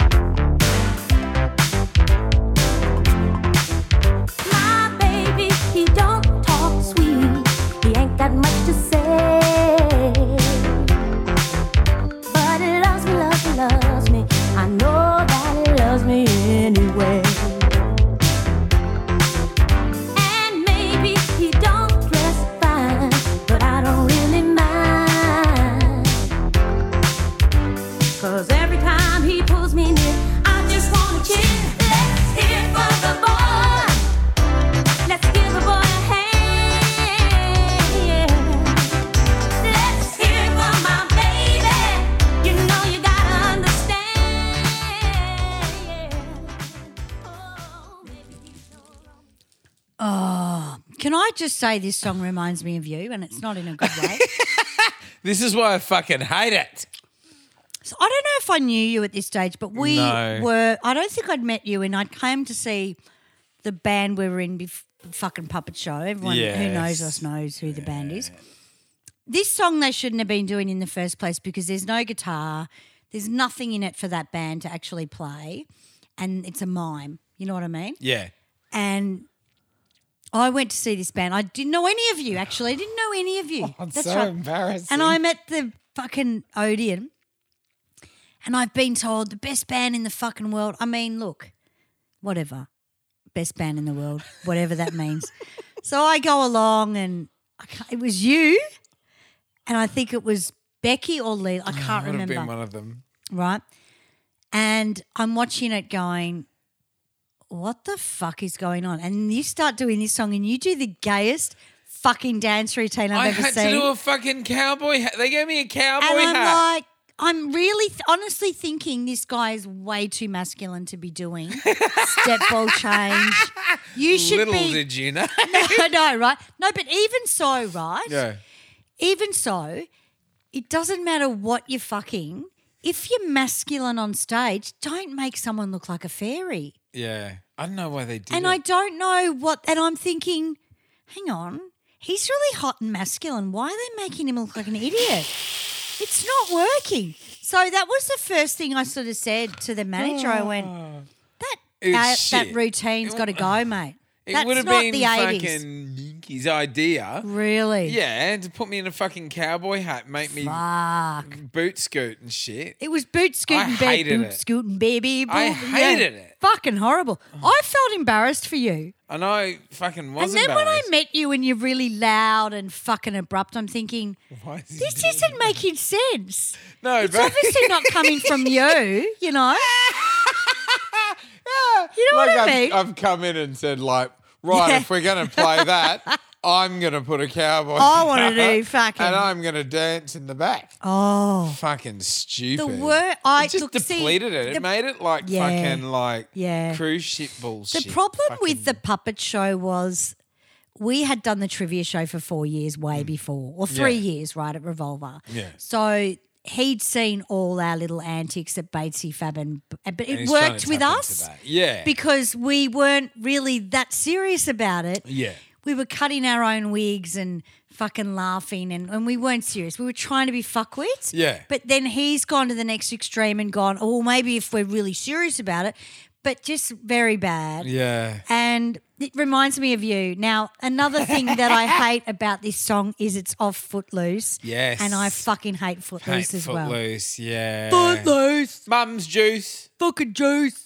[SPEAKER 8] My Ah, baby, he don't talk sweet. He ain't got much to say. But he loves me, loves me, loves me. I know that he loves me anyway. And maybe he don't dress fine, but I don't really mind. Cause every time he pulls me near, I just wanna cheer. Let's hear for the boy. Let's give the boy a hand. Let's hear from my baby. You know you gotta understand. Oh, baby, he's so wrong.
[SPEAKER 1] Ah. Can I just say this song reminds me of you, and it's not in a good way?
[SPEAKER 3] This is why I fucking hate it.
[SPEAKER 1] So I don't know if I knew you at this stage, but we
[SPEAKER 3] No.
[SPEAKER 1] were. I don't think I'd met you, and I came to see the band we were in bef- fucking puppet show. Everyone who knows
[SPEAKER 3] Yes.
[SPEAKER 1] us knows who the band is. This song they shouldn't have been doing in the first place because there's no guitar, there's nothing in it for that band to actually play, and it's a mime. You know what I mean?
[SPEAKER 3] Yeah.
[SPEAKER 1] And I went to see this band. I didn't know any of you actually. I didn't know any of you.
[SPEAKER 3] Oh,
[SPEAKER 4] I'm
[SPEAKER 1] That's
[SPEAKER 4] so
[SPEAKER 1] right.
[SPEAKER 4] embarrassing.
[SPEAKER 1] And I'm at the fucking Odeon and I've been told the best band in the fucking world. I mean, look, whatever. Best band in the world, whatever that means. so I go along and I can't, it was you and I think it was Becky or Lee. I can't
[SPEAKER 3] Would have
[SPEAKER 1] remember
[SPEAKER 3] been one of them.
[SPEAKER 1] right? And I'm watching it going, what the fuck is going on? And you start doing this song and you do the gayest fucking dance routine I've
[SPEAKER 3] I
[SPEAKER 1] ever
[SPEAKER 3] had
[SPEAKER 1] seen.
[SPEAKER 3] to do a fucking cowboy hat. They gave me a cowboy
[SPEAKER 1] and I'm
[SPEAKER 3] hat.
[SPEAKER 1] like, I'm really th- honestly thinking this guy is way too masculine to be doing step ball change. You should
[SPEAKER 3] Little
[SPEAKER 1] be.
[SPEAKER 3] did you know.
[SPEAKER 1] I know, right? No, but even so, right? Even so, it doesn't matter what you're fucking. If you're masculine on stage, don't make someone look like a fairy.
[SPEAKER 3] Yeah. I don't know why they did
[SPEAKER 1] And
[SPEAKER 3] it.
[SPEAKER 1] I don't know what, and I'm thinking, hang on, he's really hot and masculine. Why are they making him look like an idiot? It's not working. So that was the first thing I sort of said to the manager. I went, that
[SPEAKER 3] Oh. It's
[SPEAKER 1] uh, that
[SPEAKER 3] shit.
[SPEAKER 1] routine's got to go, mate.
[SPEAKER 3] it
[SPEAKER 1] That's
[SPEAKER 3] would have
[SPEAKER 1] not
[SPEAKER 3] been
[SPEAKER 1] the 80s.
[SPEAKER 3] fucking Pinky's idea.
[SPEAKER 1] Really?
[SPEAKER 3] Yeah, and to put me in a fucking cowboy hat, make me
[SPEAKER 1] Fuck.
[SPEAKER 3] boot scoot and shit.
[SPEAKER 1] It was boot scooting, baby,
[SPEAKER 3] hated
[SPEAKER 1] boot
[SPEAKER 3] it.
[SPEAKER 1] scooting, baby.
[SPEAKER 3] I
[SPEAKER 1] boot-
[SPEAKER 3] hated it.
[SPEAKER 1] Fucking horrible. I felt embarrassed for you.
[SPEAKER 3] I know, fucking
[SPEAKER 1] And
[SPEAKER 3] was
[SPEAKER 1] then when I
[SPEAKER 3] embarrassed.
[SPEAKER 1] met you and you're really loud and fucking abrupt, I'm thinking,
[SPEAKER 3] Why is he
[SPEAKER 1] this
[SPEAKER 3] doing
[SPEAKER 1] isn't making sense.
[SPEAKER 3] No,
[SPEAKER 1] It's
[SPEAKER 3] bro.
[SPEAKER 1] obviously not coming from you, you know? You know
[SPEAKER 3] like
[SPEAKER 1] what I
[SPEAKER 3] I've,
[SPEAKER 1] mean?
[SPEAKER 3] I've come in and said like, right,
[SPEAKER 1] Yeah.
[SPEAKER 3] if we're gonna play that, I'm gonna put a cowboy.
[SPEAKER 1] I wanna
[SPEAKER 3] hat
[SPEAKER 1] do fucking-
[SPEAKER 3] and I'm gonna dance in the back.
[SPEAKER 1] Oh.
[SPEAKER 3] Fucking stupid.
[SPEAKER 1] wor- I-
[SPEAKER 3] it just
[SPEAKER 1] look, see,
[SPEAKER 3] depleted it. It
[SPEAKER 1] the-
[SPEAKER 3] made it like
[SPEAKER 1] Yeah.
[SPEAKER 3] fucking like
[SPEAKER 1] Yeah.
[SPEAKER 3] cruise ship
[SPEAKER 1] The
[SPEAKER 3] bullshit.
[SPEAKER 1] problem with
[SPEAKER 3] Fucking-
[SPEAKER 1] the puppet show was we had done the trivia show for four years way before, or three
[SPEAKER 3] Mm. Yeah.
[SPEAKER 1] years, right, at Revolver.
[SPEAKER 3] Yeah.
[SPEAKER 1] So he'd seen all our little antics at Batesy Fab, and, but
[SPEAKER 3] And
[SPEAKER 1] it
[SPEAKER 3] he's trying
[SPEAKER 1] worked
[SPEAKER 3] to
[SPEAKER 1] with
[SPEAKER 3] tap into
[SPEAKER 1] us
[SPEAKER 3] that. Yeah.
[SPEAKER 1] because we weren't really that serious about it.
[SPEAKER 3] yeah.
[SPEAKER 1] We were cutting our own wigs and fucking laughing, and, and we weren't serious. We were trying to be fuckwits.
[SPEAKER 3] Yeah.
[SPEAKER 1] But then he's gone to the next extreme and gone, oh, maybe if we're really serious about it, but just very bad.
[SPEAKER 3] Yeah.
[SPEAKER 1] And it reminds me of you. Now, another thing that I hate about this song is it's off Footloose.
[SPEAKER 3] Yes.
[SPEAKER 1] And I fucking hate Footloose
[SPEAKER 3] Hate
[SPEAKER 1] as well.
[SPEAKER 3] Footloose, yeah.
[SPEAKER 1] Footloose,
[SPEAKER 3] Mum's juice.
[SPEAKER 1] fucking juice.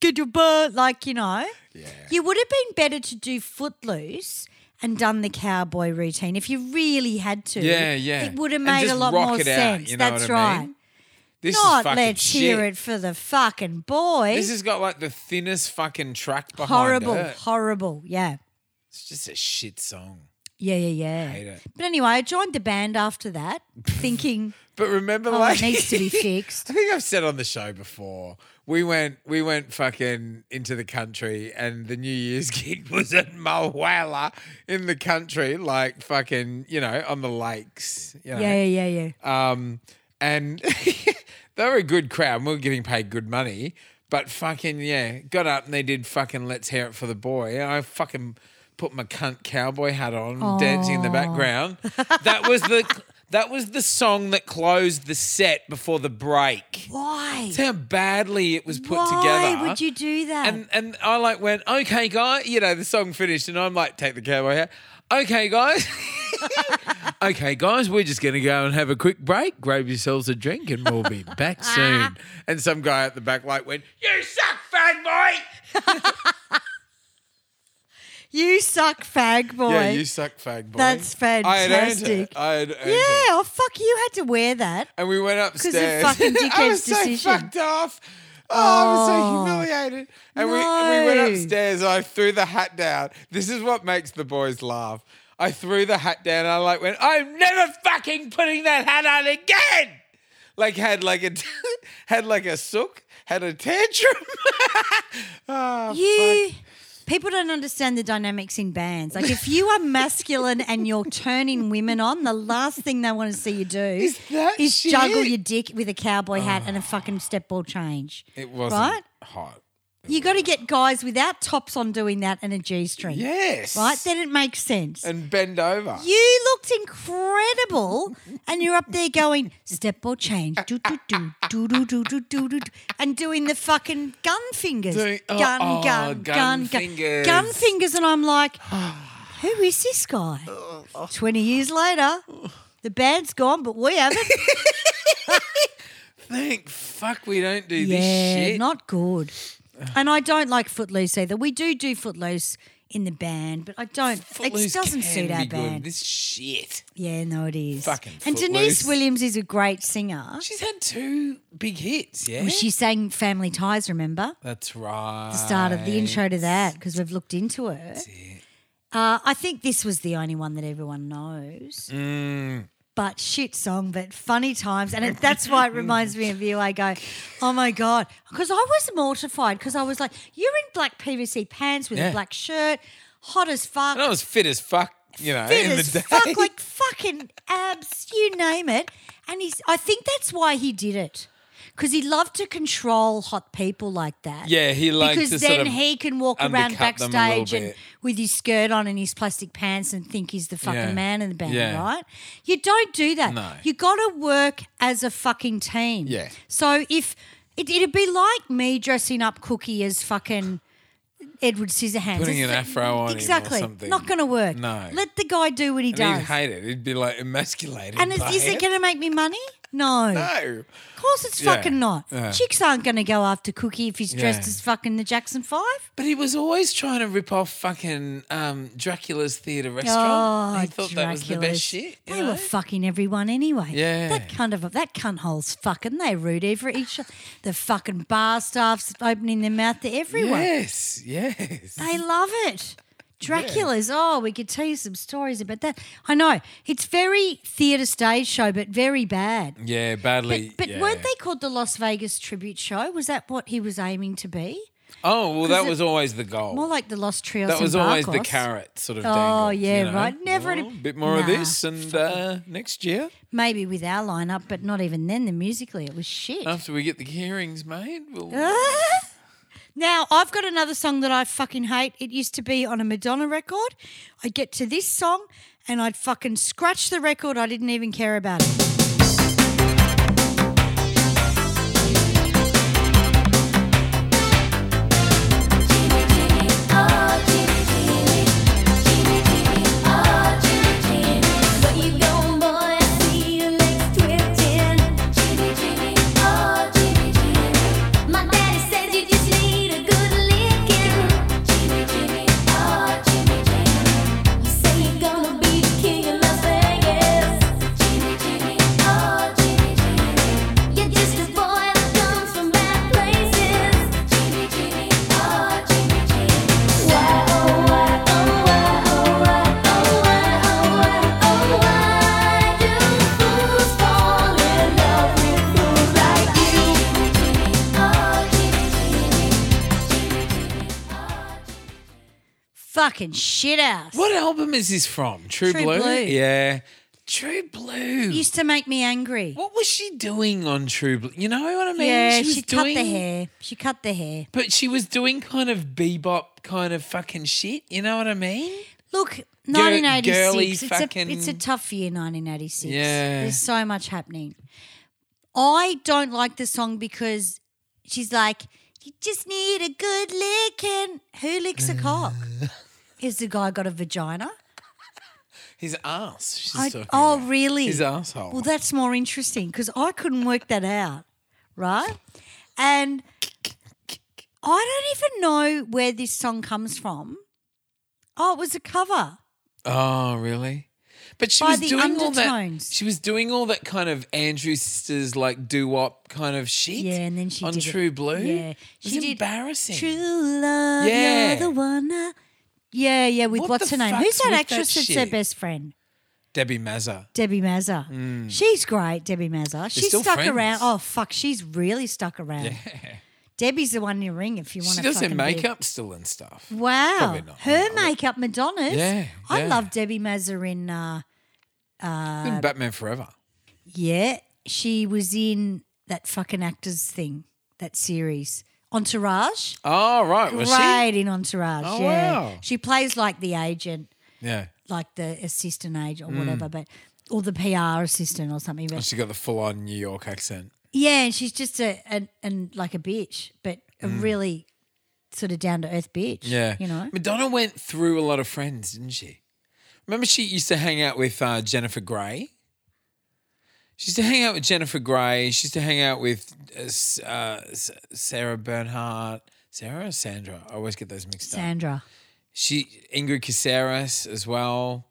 [SPEAKER 1] Get your butt, like, you know. Yeah. You would have been better to do Footloose and done the cowboy routine if you really had to.
[SPEAKER 3] Yeah, yeah.
[SPEAKER 1] It would have
[SPEAKER 3] And
[SPEAKER 1] made a
[SPEAKER 3] just
[SPEAKER 1] lot
[SPEAKER 3] rock
[SPEAKER 1] more
[SPEAKER 3] it out,
[SPEAKER 1] sense.
[SPEAKER 3] you know
[SPEAKER 1] That's
[SPEAKER 3] what I
[SPEAKER 1] right.
[SPEAKER 3] mean? This is
[SPEAKER 1] Not
[SPEAKER 3] fucking
[SPEAKER 1] let's
[SPEAKER 3] shit.
[SPEAKER 1] hear it for the fucking boys.
[SPEAKER 3] This has got like the thinnest fucking track behind
[SPEAKER 1] horrible,
[SPEAKER 3] it.
[SPEAKER 1] horrible. Yeah.
[SPEAKER 3] It's just a shit song.
[SPEAKER 1] Yeah, yeah, yeah.
[SPEAKER 3] Hate it.
[SPEAKER 1] But anyway, I joined the band after that, thinking,
[SPEAKER 3] But remember,
[SPEAKER 1] oh,
[SPEAKER 3] like
[SPEAKER 1] it needs to be
[SPEAKER 3] I
[SPEAKER 1] fixed.
[SPEAKER 3] think I've said on the show before. We went, we went fucking into the country, and the New Year's gig was at Mulwala in the country, like fucking, you know, on the lakes. You know?
[SPEAKER 1] Yeah, yeah, yeah, yeah.
[SPEAKER 3] Um, and they were a good crowd. and We were getting paid good money, but fucking yeah, got up and they did fucking let's hear it for the boy. And I fucking put my cunt cowboy hat on, dancing in the background. that was the that was the song that closed the set before the break.
[SPEAKER 1] Why?
[SPEAKER 3] That's how badly it was put
[SPEAKER 1] Why
[SPEAKER 3] together.
[SPEAKER 1] would you do that?
[SPEAKER 3] And and I like went, okay, guys. You know, the song finished, and I'm like, take the cowboy hat. Okay, guys. okay, guys, we're just gonna go and have a quick break, grab yourselves a drink, and we'll be back
[SPEAKER 1] Ah.
[SPEAKER 3] soon. And some guy at the back light went, "You suck, fag boy."
[SPEAKER 1] you suck, fag boy.
[SPEAKER 3] Yeah, you suck, fag boy.
[SPEAKER 1] That's
[SPEAKER 3] I had earned it.
[SPEAKER 1] fantastic.
[SPEAKER 3] I had earned
[SPEAKER 1] Yeah,
[SPEAKER 3] it.
[SPEAKER 1] oh, fuck, you had to wear that.
[SPEAKER 3] And we went upstairs.
[SPEAKER 1] fucking
[SPEAKER 3] I was
[SPEAKER 1] dickhead's
[SPEAKER 3] so
[SPEAKER 1] decision.
[SPEAKER 3] fucked off. Oh, I was so humiliated. And we, and we
[SPEAKER 1] No.
[SPEAKER 3] went upstairs. I threw the hat down. This is what makes the boys laugh. I threw the hat down. I like went, I'm never fucking putting that hat on again. Like had like a had like a sook, had a tantrum. oh,
[SPEAKER 1] You. People don't understand the dynamics in bands. Like, if you are masculine and you're turning women on, the last thing they want to see you do is,
[SPEAKER 3] that shit?
[SPEAKER 1] juggle your dick with a cowboy hat and a fucking step ball change.
[SPEAKER 3] It wasn't
[SPEAKER 1] Right?
[SPEAKER 3] hot.
[SPEAKER 1] You got to get guys without tops on doing that and a G string.
[SPEAKER 3] Yes.
[SPEAKER 1] Right? Then it makes sense.
[SPEAKER 3] and bend over.
[SPEAKER 1] you looked incredible and you're up there going, step or change, do, do, do, do, do, do, do, do, do, do, and doing the fucking gun fingers.
[SPEAKER 3] Doing- oh,
[SPEAKER 1] gun,
[SPEAKER 3] oh,
[SPEAKER 1] gun,
[SPEAKER 3] gun
[SPEAKER 1] gun, gun,
[SPEAKER 3] fingers.
[SPEAKER 1] gun fingers. And I'm like, who is this guy? 20 years later, the band's gone, but we haven't.
[SPEAKER 3] Thank fuck we don't do
[SPEAKER 1] yeah,
[SPEAKER 3] this shit.
[SPEAKER 1] not good. And I don't like Footloose either. We do do Footloose in the band, but I don't. it
[SPEAKER 3] Footloose
[SPEAKER 1] doesn't
[SPEAKER 3] can
[SPEAKER 1] suit
[SPEAKER 3] be
[SPEAKER 1] our
[SPEAKER 3] good.
[SPEAKER 1] band.
[SPEAKER 3] This shit.
[SPEAKER 1] yeah, no, it is.
[SPEAKER 3] Fucking
[SPEAKER 1] and Denise
[SPEAKER 3] Footloose.
[SPEAKER 1] Williams is a great singer.
[SPEAKER 3] She's had two big hits, yeah.
[SPEAKER 1] Well, she sang "Family Ties." Remember
[SPEAKER 3] That's right.
[SPEAKER 1] the start of the intro to that because we've looked into her. Uh, I think this was the only one that everyone knows.
[SPEAKER 3] Mm.
[SPEAKER 1] But shit song, but funny times, and it, that's why it reminds me of you. I go, oh my god, because I was mortified because I was like, you're in black PVC pants with a
[SPEAKER 3] Yeah.
[SPEAKER 1] black shirt, hot as fuck,
[SPEAKER 3] And I was fit as fuck, you know,
[SPEAKER 1] fit
[SPEAKER 3] in
[SPEAKER 1] as
[SPEAKER 3] the day.
[SPEAKER 1] fuck, like fucking abs, you name it. And he's, I think that's why he did it. Because he loved to control hot people like that.
[SPEAKER 3] Yeah, he liked
[SPEAKER 1] Because
[SPEAKER 3] to
[SPEAKER 1] then
[SPEAKER 3] sort of
[SPEAKER 1] he can walk around
[SPEAKER 3] undercut them a little
[SPEAKER 1] backstage and
[SPEAKER 3] bit.
[SPEAKER 1] with his skirt on and his plastic pants and think he's the fucking
[SPEAKER 3] Yeah.
[SPEAKER 1] man in the band,
[SPEAKER 3] Yeah.
[SPEAKER 1] right? You don't do that.
[SPEAKER 3] No.
[SPEAKER 1] You got to work as a fucking team.
[SPEAKER 3] Yeah.
[SPEAKER 1] So if it, it'd be like me dressing up Cookie as fucking Edward Scissorhands.
[SPEAKER 3] Putting
[SPEAKER 1] It's
[SPEAKER 3] an
[SPEAKER 1] the-
[SPEAKER 3] afro on him or
[SPEAKER 1] exactly.
[SPEAKER 3] something.
[SPEAKER 1] Not going to work.
[SPEAKER 3] No.
[SPEAKER 1] Let the guy do what he
[SPEAKER 3] And
[SPEAKER 1] does.
[SPEAKER 3] he'd hate it. He'd be like emasculated.
[SPEAKER 1] and is,
[SPEAKER 3] by
[SPEAKER 1] is it
[SPEAKER 3] it.
[SPEAKER 1] going to make me money? No.
[SPEAKER 3] No.
[SPEAKER 1] Of course it's
[SPEAKER 3] Yeah,
[SPEAKER 1] fucking not.
[SPEAKER 3] yeah.
[SPEAKER 1] Chicks aren't going to go after Cookie if he's dressed
[SPEAKER 3] Yeah.
[SPEAKER 1] as fucking the Jackson 5.
[SPEAKER 3] But he was always trying to rip off fucking um, Dracula's theatre restaurant.
[SPEAKER 1] Oh,
[SPEAKER 3] he thought that was the
[SPEAKER 1] Draculas.
[SPEAKER 3] best shit. you
[SPEAKER 1] They
[SPEAKER 3] know?
[SPEAKER 1] were fucking everyone anyway.
[SPEAKER 3] Yeah.
[SPEAKER 1] That kind of that cunt hole's fucking. They rude every each. The fucking bar staffs opening their mouth to everyone.
[SPEAKER 3] Yes, yes.
[SPEAKER 1] They love it. Dracula's. Oh, we could tell you some stories about that. I know it's very theatre stage show, but very bad.
[SPEAKER 3] yeah,
[SPEAKER 1] But,
[SPEAKER 3] badly.
[SPEAKER 1] but
[SPEAKER 3] yeah.
[SPEAKER 1] weren't they called the Las Vegas Tribute Show? Was that what he was aiming to be?
[SPEAKER 3] Oh, well, that
[SPEAKER 1] it-
[SPEAKER 3] was always the goal.
[SPEAKER 1] More like the Lost Trios.
[SPEAKER 3] that
[SPEAKER 1] and
[SPEAKER 3] was always the
[SPEAKER 1] Barcos.
[SPEAKER 3] carrot sort of
[SPEAKER 1] Oh,
[SPEAKER 3] dangle,
[SPEAKER 1] yeah,
[SPEAKER 3] you know?
[SPEAKER 1] right. Never
[SPEAKER 3] Well,
[SPEAKER 1] had a-
[SPEAKER 3] a bit more
[SPEAKER 1] Nah,
[SPEAKER 3] of this and uh, next year.
[SPEAKER 1] Maybe with our lineup, but not even then. The musically, it was shit.
[SPEAKER 3] After we get the hearings made, we'll.
[SPEAKER 1] Uh, Now, I've got another song that I fucking hate. It used to be on a Madonna record. I'd get to this song and I'd fucking scratch the record. I didn't even care about it.
[SPEAKER 8] You're just a boy that comes from bad places. Jimmy, Jimmy, oh, Jimmy, Jimmy. Why, oh, why, oh, why, oh, why, oh, why, oh, why, oh, why do fools fall in love with fools like you? Jimmy, Jimmy, oh, Jimmy, Jimmy, Jimmy, Jimmy, oh, Jimmy.
[SPEAKER 1] Fucking shit ass.
[SPEAKER 3] What album is this from? True,
[SPEAKER 1] True
[SPEAKER 3] Blue?
[SPEAKER 1] Blue.
[SPEAKER 3] Yeah. True Blue.
[SPEAKER 1] Used to make me angry.
[SPEAKER 3] what was she doing on True Blue? You know what I mean?
[SPEAKER 1] Yeah,
[SPEAKER 3] was
[SPEAKER 1] she cut the hair. She cut the hair.
[SPEAKER 3] But she was doing kind of bebop kind of fucking shit. You know what I mean?
[SPEAKER 1] Look,
[SPEAKER 3] Girly
[SPEAKER 1] 1986. It's a,
[SPEAKER 3] fucking-
[SPEAKER 1] it's a tough year, 1986.
[SPEAKER 3] Yeah.
[SPEAKER 1] There's so much happening. I don't like the song because she's like, you just need a good licking. Who licks a cock? Has the guy got a vagina?
[SPEAKER 3] His ass. She's
[SPEAKER 1] I-
[SPEAKER 3] talking
[SPEAKER 1] oh,
[SPEAKER 3] about.
[SPEAKER 1] really?
[SPEAKER 3] His asshole.
[SPEAKER 1] Well, that's more interesting because I couldn't work that out, right? And I don't even know where this song comes from. Oh, it was a cover.
[SPEAKER 3] oh, really? But she
[SPEAKER 1] By
[SPEAKER 3] was
[SPEAKER 1] the
[SPEAKER 3] doing all that.
[SPEAKER 1] undertones.
[SPEAKER 3] She was doing all that kind of Andrew sisters like doo wop kind of shit.
[SPEAKER 1] Yeah, and then she
[SPEAKER 3] on
[SPEAKER 1] did it.
[SPEAKER 3] True Blue.
[SPEAKER 1] Yeah,
[SPEAKER 3] it was embarrassing.
[SPEAKER 1] True love, yeah,
[SPEAKER 3] Yeah.
[SPEAKER 1] the one. I- yeah, yeah. With
[SPEAKER 3] What
[SPEAKER 1] what's
[SPEAKER 3] the
[SPEAKER 1] her name? Who's
[SPEAKER 3] fuck's
[SPEAKER 1] that
[SPEAKER 3] with
[SPEAKER 1] actress
[SPEAKER 3] that
[SPEAKER 1] that's her
[SPEAKER 3] shit?
[SPEAKER 1] best friend?
[SPEAKER 3] Debbie Mazza.
[SPEAKER 1] Debbie Mazza. She's great, Debbie Mazza. She's
[SPEAKER 3] Mm. still
[SPEAKER 1] stuck
[SPEAKER 3] friends.
[SPEAKER 1] around. Oh fuck, she's really stuck around. Debbie's the one you ring if you want
[SPEAKER 3] She
[SPEAKER 1] to.
[SPEAKER 3] does her
[SPEAKER 1] fucking be-
[SPEAKER 3] makeup still and stuff.
[SPEAKER 1] Wow,
[SPEAKER 3] Probably not.
[SPEAKER 1] her makeup, Madonna's.
[SPEAKER 3] Yeah,
[SPEAKER 1] I
[SPEAKER 3] yeah.
[SPEAKER 1] love Debbie Mazza in. Uh,
[SPEAKER 3] In Batman Forever.
[SPEAKER 1] yeah, she was in that fucking actors thing, that series, Entourage.
[SPEAKER 3] Oh right, was
[SPEAKER 1] Right in Entourage.
[SPEAKER 3] Oh,
[SPEAKER 1] yeah.
[SPEAKER 3] wow.
[SPEAKER 1] She plays like the agent,
[SPEAKER 3] she? Yeah.
[SPEAKER 1] like the assistant agent or
[SPEAKER 3] Hmm.
[SPEAKER 1] whatever, but or the PR assistant or something. But
[SPEAKER 3] She got the full on New York accent.
[SPEAKER 1] yeah, and she's just a an, an like a bitch, but a really sort of down to earth bitch.
[SPEAKER 3] Hmm. Yeah.
[SPEAKER 1] You know?
[SPEAKER 3] Madonna went through a lot of friends, didn't she? Remember she used to hang out with uh, Jennifer Grey? She used to hang out with Jennifer Grey. She used to hang out with uh, S- uh, S- Sarah Bernhardt. Sarah or Sandra? I always get those mixed up.
[SPEAKER 1] Sandra.
[SPEAKER 3] She Ingrid Caceres as well.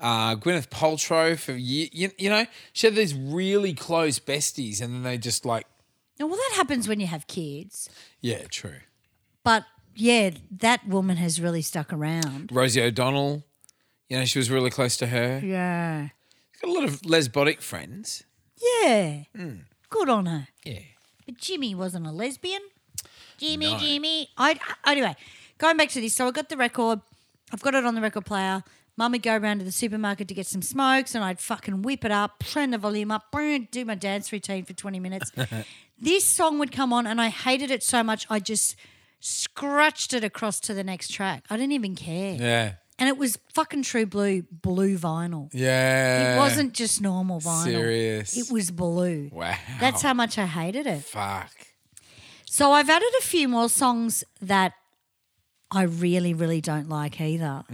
[SPEAKER 3] Uh, Gwyneth Paltrow for ye- you, you know she had these really close besties, and then they just like
[SPEAKER 1] Now, well, that happens when you have kids,
[SPEAKER 3] yeah, true.
[SPEAKER 1] but yeah, that woman has really stuck around.
[SPEAKER 3] Rosie O'Donnell, you know she was really close to her.
[SPEAKER 1] Yeah.
[SPEAKER 3] Got a lot of lesbotic friends.
[SPEAKER 1] Yeah.
[SPEAKER 3] Hmm.
[SPEAKER 1] Good on her.
[SPEAKER 3] Yeah.
[SPEAKER 1] But Jimmy wasn't a lesbian. Jimmy, Jimmy. I I- anyway, going back to this. So I got the record. I've got it on the record player. Mum would go round to the supermarket to get some smokes, and I'd fucking whip it up, turn the volume up, brrr, do my dance routine for twenty minutes. this song would come on, and I hated it so much. I just scratched it across to the next track. I didn't even care,
[SPEAKER 3] Yeah.
[SPEAKER 1] and it was fucking True Blue blue vinyl.
[SPEAKER 3] Yeah.
[SPEAKER 1] it wasn't just normal vinyl.
[SPEAKER 3] serious.
[SPEAKER 1] It was blue.
[SPEAKER 3] Wow.
[SPEAKER 1] That's how much I hated it.
[SPEAKER 3] Fuck.
[SPEAKER 1] So I've added a few more songs that I really, really don't like either.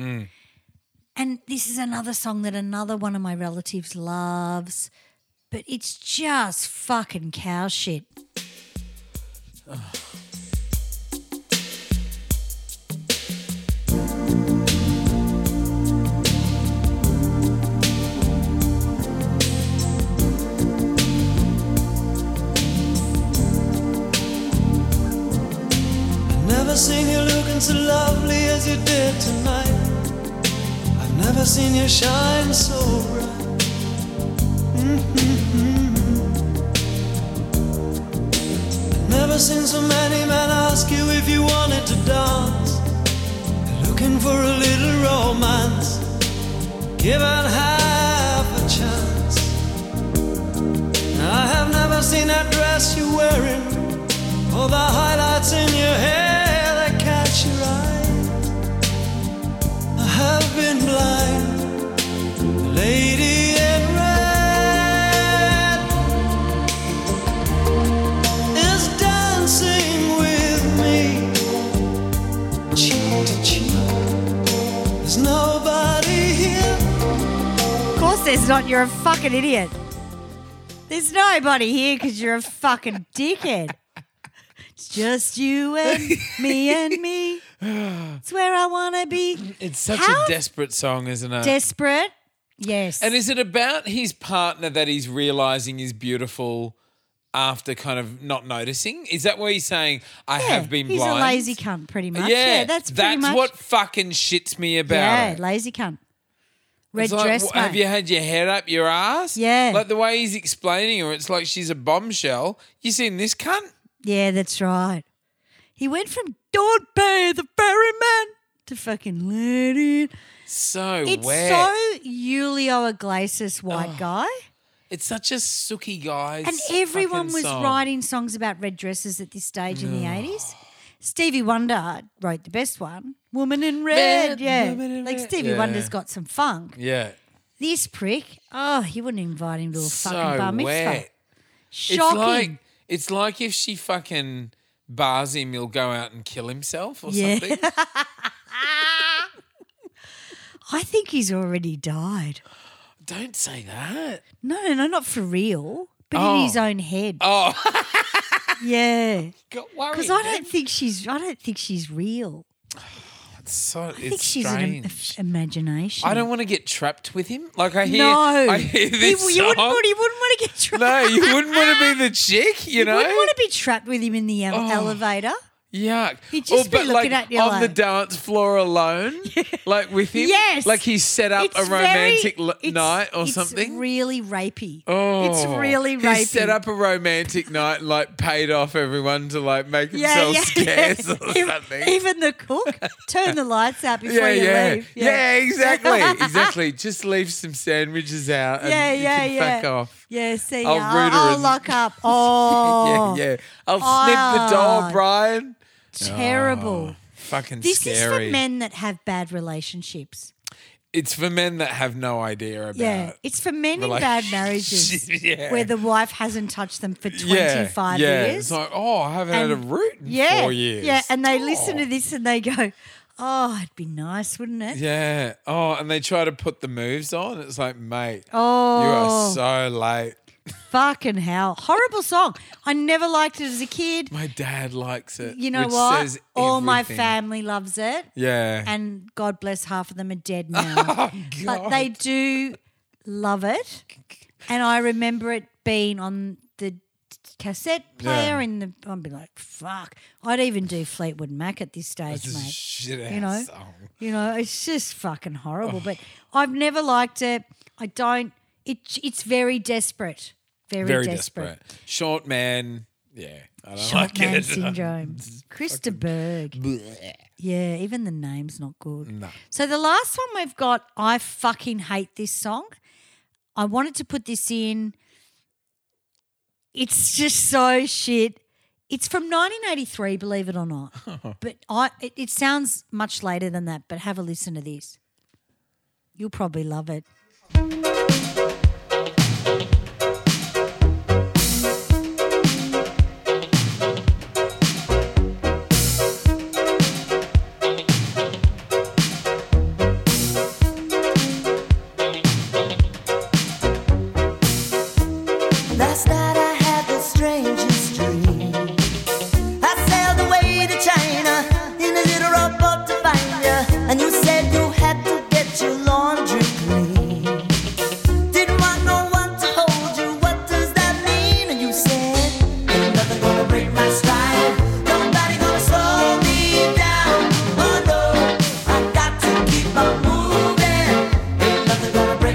[SPEAKER 1] And this is another song that another one of my relatives loves, but it's just fucking cow shit.
[SPEAKER 2] Never seen you looking so lovely as you did tonight. I've never seen you shine so bright. Mm-hmm. I've never seen so many men ask you if you wanted to dance. They're looking for a little romance, given half a chance. I have never seen that dress you're wearing. All Oh, the highlights in your hair that catch your eye. I have been blind, The lady in red is dancing with me, cheek to cheek. There's nobody here.
[SPEAKER 1] Of course, there's not. You're a fucking idiot. There's nobody here because you're a fucking dickhead. It's just you and me and me. It's where I want to be.
[SPEAKER 3] It's such
[SPEAKER 1] How-
[SPEAKER 3] a desperate song, isn't it?
[SPEAKER 1] Desperate. Yes.
[SPEAKER 3] Uh, and is it about his partner that he's realizing is beautiful after kind of not noticing? Is that where he's saying, I
[SPEAKER 1] yeah,
[SPEAKER 3] have been
[SPEAKER 1] he's
[SPEAKER 3] blind?
[SPEAKER 1] a lazy cunt, pretty much.
[SPEAKER 3] Yeah,
[SPEAKER 1] Yeah, that's pretty
[SPEAKER 3] that's
[SPEAKER 1] much.
[SPEAKER 3] what fucking shits me about
[SPEAKER 1] yeah,
[SPEAKER 3] it.
[SPEAKER 1] lazy cunt. Red
[SPEAKER 3] It's like,
[SPEAKER 1] dress,
[SPEAKER 3] "Wha-
[SPEAKER 1] mate.
[SPEAKER 3] have you had your head up your ass?
[SPEAKER 1] Yeah.
[SPEAKER 3] Like the way he's explaining her, it's like she's a bombshell. You seen this cunt?
[SPEAKER 1] Yeah, that's right. He went from Don't Pay the Ferryman to fucking Let It.
[SPEAKER 3] So
[SPEAKER 1] It's
[SPEAKER 3] wet.
[SPEAKER 1] so Julio Iglesias white
[SPEAKER 3] Oh,
[SPEAKER 1] guy.
[SPEAKER 3] it's such a sooky guy.
[SPEAKER 1] And everyone was writing songs about red dresses at this stage in the 80s. Stevie Wonder wrote the best one, Woman in Red.
[SPEAKER 3] Red,
[SPEAKER 1] yeah.
[SPEAKER 3] Woman in
[SPEAKER 1] like
[SPEAKER 3] Red.
[SPEAKER 1] Stevie
[SPEAKER 3] Yeah.
[SPEAKER 1] Wonder's got some funk.
[SPEAKER 3] Yeah.
[SPEAKER 1] This prick, oh, he wouldn't invite him to a
[SPEAKER 3] so
[SPEAKER 1] fucking bar mitzvah.
[SPEAKER 3] wet.
[SPEAKER 1] Shocking.
[SPEAKER 3] It's like it's like if she fucking bars him, he'll go out and kill himself or
[SPEAKER 1] Yeah.
[SPEAKER 3] something.
[SPEAKER 1] I think he's already died.
[SPEAKER 3] Don't say that.
[SPEAKER 1] No, no, no, not for real, but in
[SPEAKER 3] Oh.
[SPEAKER 1] his own head.
[SPEAKER 3] Oh,
[SPEAKER 1] Yeah.
[SPEAKER 3] got worried.
[SPEAKER 1] Because I don't think she's. I don't think she's real.
[SPEAKER 3] It's so,
[SPEAKER 1] I think
[SPEAKER 3] it's
[SPEAKER 1] she's an im-
[SPEAKER 3] strange.
[SPEAKER 1] f- imagination.
[SPEAKER 3] I don't want to get trapped with him. Like I hear,
[SPEAKER 1] no,
[SPEAKER 3] I hear this
[SPEAKER 1] he, you wouldn't.
[SPEAKER 3] song.
[SPEAKER 1] Want, he wouldn't want to get trapped.
[SPEAKER 3] no, you wouldn't want to be the chick, you, know.
[SPEAKER 1] wouldn't want to be trapped with him in the ele-
[SPEAKER 3] Oh.
[SPEAKER 1] elevator.
[SPEAKER 3] Yuck.
[SPEAKER 1] He'd just
[SPEAKER 3] Or,
[SPEAKER 1] be
[SPEAKER 3] but,
[SPEAKER 1] looking
[SPEAKER 3] like,
[SPEAKER 1] at you
[SPEAKER 3] on the
[SPEAKER 1] like-
[SPEAKER 3] dance floor alone, like with him.
[SPEAKER 1] Yes.
[SPEAKER 3] like he set up
[SPEAKER 1] It's
[SPEAKER 3] a
[SPEAKER 1] very-
[SPEAKER 3] romantic l-
[SPEAKER 1] it's-
[SPEAKER 3] night or
[SPEAKER 1] it's
[SPEAKER 3] something.
[SPEAKER 1] Really rapey.
[SPEAKER 3] Oh,
[SPEAKER 1] it's really rapey.
[SPEAKER 3] He set up a romantic night, and, like paid off everyone to like make
[SPEAKER 1] yeah,
[SPEAKER 3] themselves
[SPEAKER 1] yeah,
[SPEAKER 3] scarce or
[SPEAKER 1] yeah.
[SPEAKER 3] something.
[SPEAKER 1] Even, even the cook turn the lights out before
[SPEAKER 3] yeah,
[SPEAKER 1] you
[SPEAKER 3] yeah.
[SPEAKER 1] leave.
[SPEAKER 3] yeah, exactly, exactly. Just leave some sandwiches out and
[SPEAKER 1] yeah,
[SPEAKER 3] you
[SPEAKER 1] yeah,
[SPEAKER 3] can
[SPEAKER 1] yeah.
[SPEAKER 3] fuck off.
[SPEAKER 1] Yeah, see,
[SPEAKER 3] I'll
[SPEAKER 1] ya. I'll,
[SPEAKER 3] root her
[SPEAKER 1] I'll
[SPEAKER 3] in.
[SPEAKER 1] lock up. Oh,
[SPEAKER 3] Yeah, yeah. I'll snip the doll,
[SPEAKER 1] Oh.
[SPEAKER 3] Brian. Oh,
[SPEAKER 1] terrible.
[SPEAKER 3] Fucking
[SPEAKER 1] This
[SPEAKER 3] scary.
[SPEAKER 1] is for men that have bad relationships.
[SPEAKER 3] It's for men that have no idea about.
[SPEAKER 1] Yeah, it's for men in bad marriages
[SPEAKER 3] Yeah.
[SPEAKER 1] where the wife hasn't touched them for 25
[SPEAKER 3] Yeah, yeah.
[SPEAKER 1] years.
[SPEAKER 3] It's like, oh, I haven't had a
[SPEAKER 1] And-
[SPEAKER 3] root in
[SPEAKER 1] yeah,
[SPEAKER 3] four years.
[SPEAKER 1] Yeah, and they listen to this and they go, oh, it'd be nice, wouldn't it?
[SPEAKER 3] Yeah. Oh, and they try to put the moves on. It's like, mate, you
[SPEAKER 1] Oh,
[SPEAKER 3] are so late.
[SPEAKER 1] fucking hell. Horrible song. I never liked it as a kid.
[SPEAKER 3] My dad likes it.
[SPEAKER 1] You know
[SPEAKER 3] which
[SPEAKER 1] what?
[SPEAKER 3] Says
[SPEAKER 1] All my
[SPEAKER 3] everything.
[SPEAKER 1] family loves it.
[SPEAKER 3] Yeah.
[SPEAKER 1] And God bless, half of them are dead now.
[SPEAKER 3] oh,
[SPEAKER 1] but
[SPEAKER 3] God.
[SPEAKER 1] they do love it. And I remember it being on the cassette player
[SPEAKER 3] Yeah.
[SPEAKER 1] in the. I'd be like, fuck. I'd even do Fleetwood Mac at this stage,
[SPEAKER 3] This is a
[SPEAKER 1] mate.
[SPEAKER 3] shit ass
[SPEAKER 1] you know?
[SPEAKER 3] song.
[SPEAKER 1] You know, it's just fucking horrible.
[SPEAKER 3] Oh.
[SPEAKER 1] But I've never liked it. I don't. It, it's very desperate. Very,
[SPEAKER 3] Very
[SPEAKER 1] desperate.
[SPEAKER 3] desperate. Short man. Yeah. I don't
[SPEAKER 1] Short
[SPEAKER 3] like
[SPEAKER 1] man
[SPEAKER 3] it.
[SPEAKER 1] syndrome. Krista Berg. Yeah, even the name's not good. So the last one we've got, I fucking hate this song. I wanted to put this in. It's just so shit. It's from 1983, believe it or not. But I, it, it sounds much later than that. But have a listen to this. You'll probably love it.
[SPEAKER 9] Oh,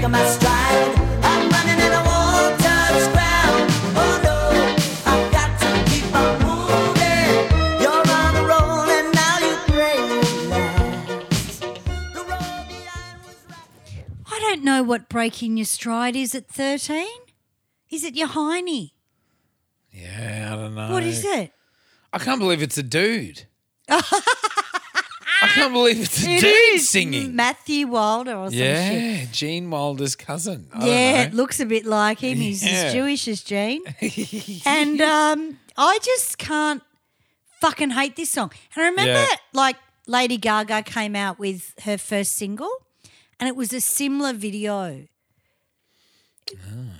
[SPEAKER 9] my stride. I'm running and I won't touch ground. Oh no, I've got to keep on moving. You're on the road and now you pray it lasts. The road that I was riding.
[SPEAKER 1] I don't know what breaking your stride is at 13. Is it your hiney?
[SPEAKER 3] Yeah, I don't know.
[SPEAKER 1] What is it?
[SPEAKER 3] I can't believe it's a dude. I can't believe it's a dude singing.
[SPEAKER 1] Matthew Wilder or some shit.
[SPEAKER 3] yeah, Gene Wilder's cousin. I don't
[SPEAKER 1] Yeah, it
[SPEAKER 3] know.
[SPEAKER 1] looks a bit like him. He's
[SPEAKER 3] Yeah.
[SPEAKER 1] as Jewish as Gene. and um, I just can't fucking hate this song. And I remember
[SPEAKER 3] Yeah.
[SPEAKER 1] like Lady Gaga came out with her first single and it was a similar video.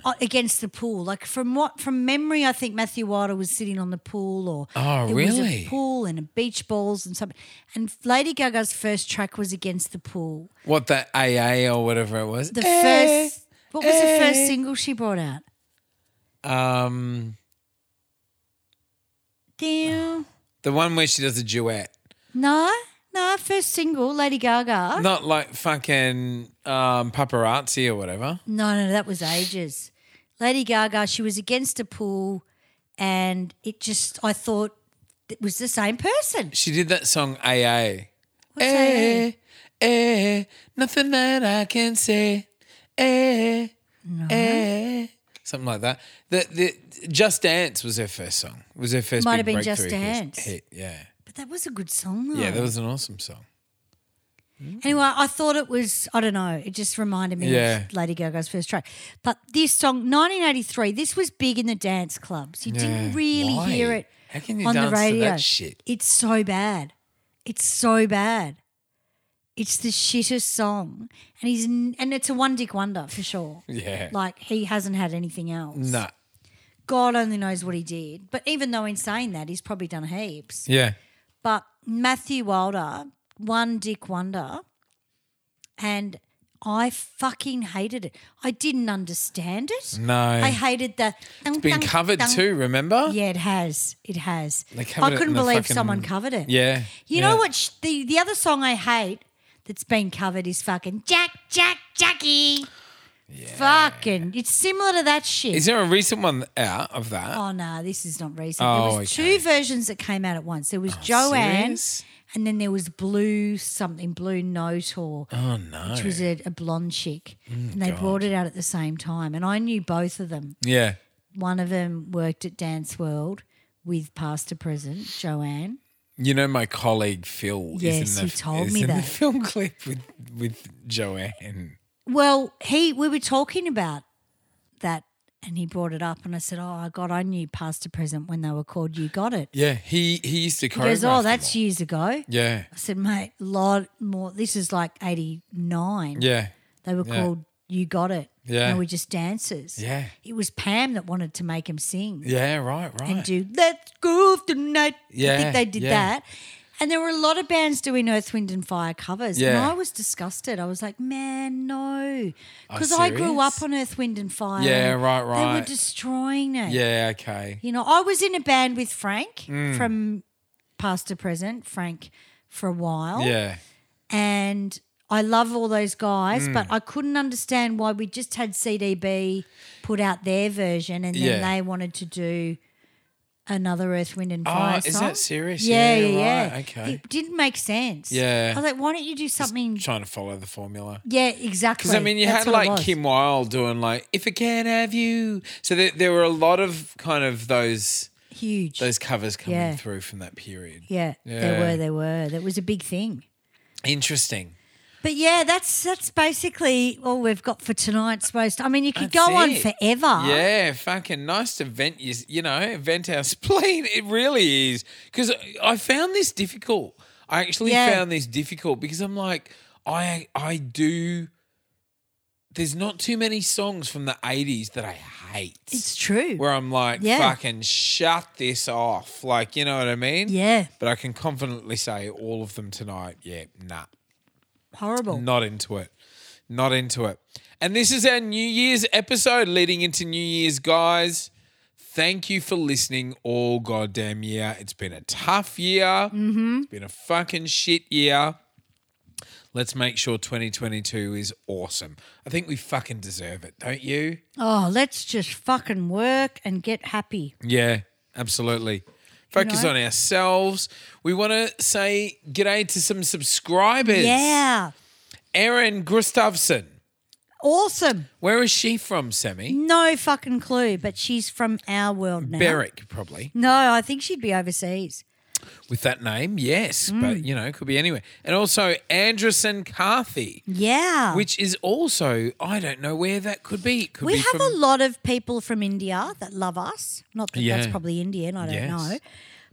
[SPEAKER 3] Ah.
[SPEAKER 1] uh, Against the pool, like from what from memory, I think Matthew Wilder was sitting on the pool, or
[SPEAKER 3] Oh,
[SPEAKER 1] there was
[SPEAKER 3] really?
[SPEAKER 1] a pool and a beach balls and something. And Lady Gaga's first track was against the pool,
[SPEAKER 3] what the AA or whatever it was.
[SPEAKER 1] the
[SPEAKER 3] Eh,
[SPEAKER 1] first what was the first
[SPEAKER 3] eh.
[SPEAKER 1] single she brought out?
[SPEAKER 3] um
[SPEAKER 1] Damn.
[SPEAKER 3] the one where she does a duet.
[SPEAKER 1] No, no, first single, Lady Gaga. No,
[SPEAKER 3] Not like fucking um, paparazzi or whatever.
[SPEAKER 1] no, no, that was ages. Lady Gaga, she was against a pool and it just I thought it was the same person.
[SPEAKER 3] She did that song AA.
[SPEAKER 1] What's
[SPEAKER 3] eh, eh, nothing that I can say. Eh, eh, something like that. The, the Just Dance was her first song. Was her first
[SPEAKER 1] Might
[SPEAKER 3] big
[SPEAKER 1] have been Just
[SPEAKER 3] breakthrough
[SPEAKER 1] Dance. Oh.
[SPEAKER 3] Hit. Yeah,
[SPEAKER 1] But that was a good song though.
[SPEAKER 3] yeah, that was an awesome song.
[SPEAKER 1] Anyway, I thought it was, I don't know, it just reminded me
[SPEAKER 3] Yeah.
[SPEAKER 1] of Lady Gaga's first track. But this song, 1983, this was big in the dance clubs. You didn't
[SPEAKER 3] Yeah.
[SPEAKER 1] really
[SPEAKER 3] Why?
[SPEAKER 1] hear it
[SPEAKER 3] How can you
[SPEAKER 1] on
[SPEAKER 3] dance
[SPEAKER 1] the
[SPEAKER 3] to that
[SPEAKER 1] radio.
[SPEAKER 3] shit?
[SPEAKER 1] It's so bad. It's so bad. It's the shittest song. And he's n- and it's a one dick wonder for sure.
[SPEAKER 3] Yeah.
[SPEAKER 1] Like he hasn't had anything else.
[SPEAKER 3] No,
[SPEAKER 1] God only knows what he did. But even though in saying that, he's probably done heaps.
[SPEAKER 3] yeah,
[SPEAKER 1] But Matthew Wilder, one dick wonder, and I fucking hated it. I didn't understand it.
[SPEAKER 3] No.
[SPEAKER 1] I hated the. It's
[SPEAKER 3] been covered too. Remember?
[SPEAKER 1] Yeah, it has. It has.
[SPEAKER 3] They
[SPEAKER 1] I
[SPEAKER 3] covered it
[SPEAKER 1] couldn't
[SPEAKER 3] in the
[SPEAKER 1] believe
[SPEAKER 3] fucking-
[SPEAKER 1] someone covered it.
[SPEAKER 3] Yeah,
[SPEAKER 1] You
[SPEAKER 3] yeah.
[SPEAKER 1] know what? Sh- the the other song I hate that's been covered is fucking Jack Jack Jackie. Fucking, it's similar to that shit.
[SPEAKER 3] Is there a recent one out of that?
[SPEAKER 1] Oh no, this is not recent.
[SPEAKER 3] Oh,
[SPEAKER 1] there was
[SPEAKER 3] okay. Oh,
[SPEAKER 1] two versions that came out at once. There was Joanne,
[SPEAKER 3] serious?
[SPEAKER 1] and then there was Blue something, Blue Note or
[SPEAKER 3] Oh Mm, no.
[SPEAKER 1] which was a, a blonde chick, and they brought it out at the same time. And I knew both of them.
[SPEAKER 3] yeah.
[SPEAKER 1] One of them worked at Dance World with past to present, Joanne.
[SPEAKER 3] You know, my colleague Phil.
[SPEAKER 1] Yes,
[SPEAKER 3] is in the,
[SPEAKER 1] he told
[SPEAKER 3] is
[SPEAKER 1] me
[SPEAKER 3] in The
[SPEAKER 1] that.
[SPEAKER 3] film clip with with Joanne.
[SPEAKER 1] Well, he we were talking about that, and he brought it up, and I said, "Oh God, I knew past to present when they were called. You got it."
[SPEAKER 3] Yeah, he he used to
[SPEAKER 1] He
[SPEAKER 3] choreograph.
[SPEAKER 1] goes, "Oh,
[SPEAKER 3] them
[SPEAKER 1] that's
[SPEAKER 3] all.
[SPEAKER 1] years ago."
[SPEAKER 3] Yeah,
[SPEAKER 1] I said, mate, lot more. This is like 89.
[SPEAKER 3] yeah,
[SPEAKER 1] They were
[SPEAKER 3] yeah.
[SPEAKER 1] called You Got It.
[SPEAKER 3] Yeah.
[SPEAKER 1] They were just dancers.
[SPEAKER 3] Yeah.
[SPEAKER 1] It was Pam that wanted to make him sing
[SPEAKER 3] yeah. Right, right.
[SPEAKER 1] and do Let's Groove Tonight. I
[SPEAKER 3] Yeah,
[SPEAKER 1] think they did
[SPEAKER 3] yeah.
[SPEAKER 1] that. And there were a lot of bands doing Earth, Wind and Fire covers. And
[SPEAKER 3] Yeah.
[SPEAKER 1] I was disgusted. I was like, man, no.
[SPEAKER 3] Are
[SPEAKER 1] Because I grew
[SPEAKER 3] Oh, serious?
[SPEAKER 1] up on Earth, Wind and Fire.
[SPEAKER 3] Yeah,
[SPEAKER 1] and
[SPEAKER 3] right,
[SPEAKER 1] They
[SPEAKER 3] right.
[SPEAKER 1] were destroying it.
[SPEAKER 3] yeah, Mm. okay.
[SPEAKER 1] You know, I was in a band with Frank from past to present, Frank for a while
[SPEAKER 3] Yeah,
[SPEAKER 1] and I love all those guys,
[SPEAKER 3] Mm.
[SPEAKER 1] but I couldn't understand why we just had CDB put out their version and then
[SPEAKER 3] Yeah.
[SPEAKER 1] they wanted to do another Earth, Wind and
[SPEAKER 3] Oh,
[SPEAKER 1] Fire
[SPEAKER 3] is
[SPEAKER 1] song.
[SPEAKER 3] that serious?
[SPEAKER 1] Yeah,
[SPEAKER 3] Yeah,
[SPEAKER 1] yeah, yeah.
[SPEAKER 3] right, okay.
[SPEAKER 1] It didn't make sense.
[SPEAKER 3] Yeah.
[SPEAKER 1] I was like, why don't you do something?
[SPEAKER 3] trying to follow the formula.
[SPEAKER 1] yeah, exactly.
[SPEAKER 3] Because I mean, you
[SPEAKER 1] That's
[SPEAKER 3] had
[SPEAKER 1] what it
[SPEAKER 3] like
[SPEAKER 1] was.
[SPEAKER 3] Kim Wilde doing like "If I Can't Have You," so there, there were a lot of kind of those
[SPEAKER 1] huge.
[SPEAKER 3] those covers coming
[SPEAKER 1] Yeah.
[SPEAKER 3] through from that period.
[SPEAKER 1] yeah,
[SPEAKER 3] Yeah.
[SPEAKER 1] there were, there were. That was a big thing.
[SPEAKER 3] Interesting.
[SPEAKER 1] But yeah, that's that's basically all we've got for tonight's roast. I mean, you could
[SPEAKER 3] That's
[SPEAKER 1] go on
[SPEAKER 3] it.
[SPEAKER 1] forever.
[SPEAKER 3] Yeah, fucking nice to vent you, you know, vent our spleen. It really is because I found this difficult. I actually
[SPEAKER 1] Yeah.
[SPEAKER 3] found this difficult because I'm like, I I do. There's not too many songs from the '80s that I hate.
[SPEAKER 1] It's true.
[SPEAKER 3] where I'm like,
[SPEAKER 1] Yeah.
[SPEAKER 3] fucking shut this off. Like, you know what I mean?
[SPEAKER 1] Yeah.
[SPEAKER 3] But I can confidently say all of them tonight. Yeah, nah.
[SPEAKER 1] Horrible.
[SPEAKER 3] Not into it. Not into it. And this is our New Year's episode leading into New Year's, guys. Thank you for listening all goddamn
[SPEAKER 1] Mm-hmm.
[SPEAKER 3] year. It's been a tough year. It's been a fucking shit year. Let's make sure 2022 is awesome. I think we fucking deserve it, don't you?
[SPEAKER 1] Oh, let's just fucking work and get happy.
[SPEAKER 3] Yeah, absolutely. Focus
[SPEAKER 1] know?
[SPEAKER 3] on ourselves. We want to say g'day to some subscribers.
[SPEAKER 1] Yeah.
[SPEAKER 3] Erin Gustafsson.
[SPEAKER 1] Awesome.
[SPEAKER 3] Where is she from, Sammy?
[SPEAKER 1] No fucking clue, but she's from our world Mm, now.
[SPEAKER 3] Berwick, probably.
[SPEAKER 1] No, I think she'd be overseas.
[SPEAKER 3] With that name, yes.
[SPEAKER 1] Mm.
[SPEAKER 3] But, you know, it could be anywhere. And also Anderson Carthy,
[SPEAKER 1] Oh. Yeah.
[SPEAKER 3] which is also, I don't know where that could be. It could
[SPEAKER 1] we
[SPEAKER 3] be
[SPEAKER 1] have
[SPEAKER 3] from,
[SPEAKER 1] a lot of people from India that love us. Not that that's
[SPEAKER 3] Yeah.
[SPEAKER 1] probably Indian, I don't
[SPEAKER 3] Yes.
[SPEAKER 1] know.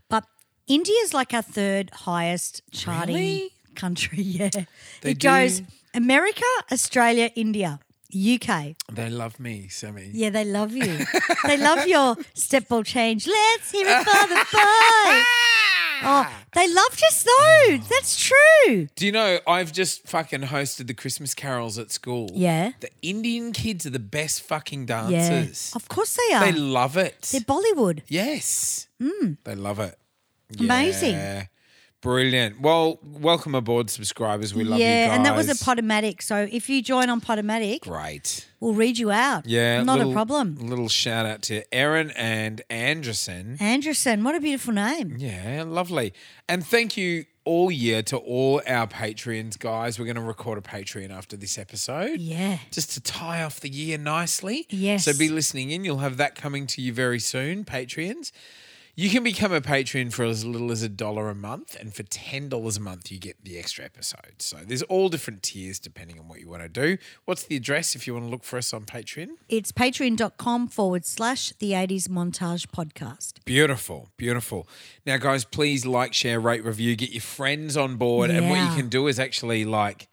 [SPEAKER 1] But India's like our third highest charting country. Yeah.
[SPEAKER 3] They
[SPEAKER 1] it goes
[SPEAKER 3] do.
[SPEAKER 1] America, Australia, India, UK.
[SPEAKER 3] They love me, Sammy.
[SPEAKER 1] Yeah, they love you. they love your step ball change. Let's hear it for the boys. Oh, they loved us though. That's true.
[SPEAKER 3] Do you know I've just fucking hosted the Christmas carols at school?
[SPEAKER 1] Yeah.
[SPEAKER 3] The Indian kids are the best fucking
[SPEAKER 1] Yeah.
[SPEAKER 3] dancers.
[SPEAKER 1] Of course they are.
[SPEAKER 3] They love it.
[SPEAKER 1] They're Bollywood.
[SPEAKER 3] yes. They love it.
[SPEAKER 1] Amazing.
[SPEAKER 3] Yeah. Brilliant. Well, welcome aboard, subscribers. We love
[SPEAKER 1] yeah,
[SPEAKER 3] you guys.
[SPEAKER 1] and that was a Podomatic. So if you join on Podomatic,
[SPEAKER 3] Great.
[SPEAKER 1] we'll read you out.
[SPEAKER 3] Yeah.
[SPEAKER 1] Not
[SPEAKER 3] little-
[SPEAKER 1] a problem.
[SPEAKER 3] Little shout out to Erin and Anderson.
[SPEAKER 1] Anderson, what a beautiful name.
[SPEAKER 3] Yeah, lovely. And thank you all year to all our Patreons, guys. We're going to record a Patreon after this episode.
[SPEAKER 1] Yeah.
[SPEAKER 3] Just to tie off the year nicely.
[SPEAKER 1] Yes.
[SPEAKER 3] So be listening in. You'll have that coming to you very soon, Patreons. You can become a Patreon for as little as a dollar a month, and for ten dollars a month, you get the extra episode. So there's all different tiers depending on what you want to do. What's the address if you want to look for us on Patreon?
[SPEAKER 1] It's patreon.com forward slash the 80s montage podcast.
[SPEAKER 3] Beautiful, beautiful. Now, guys, please like, share, rate, review, get your friends on board. And what
[SPEAKER 1] Yeah.
[SPEAKER 3] you can do is actually like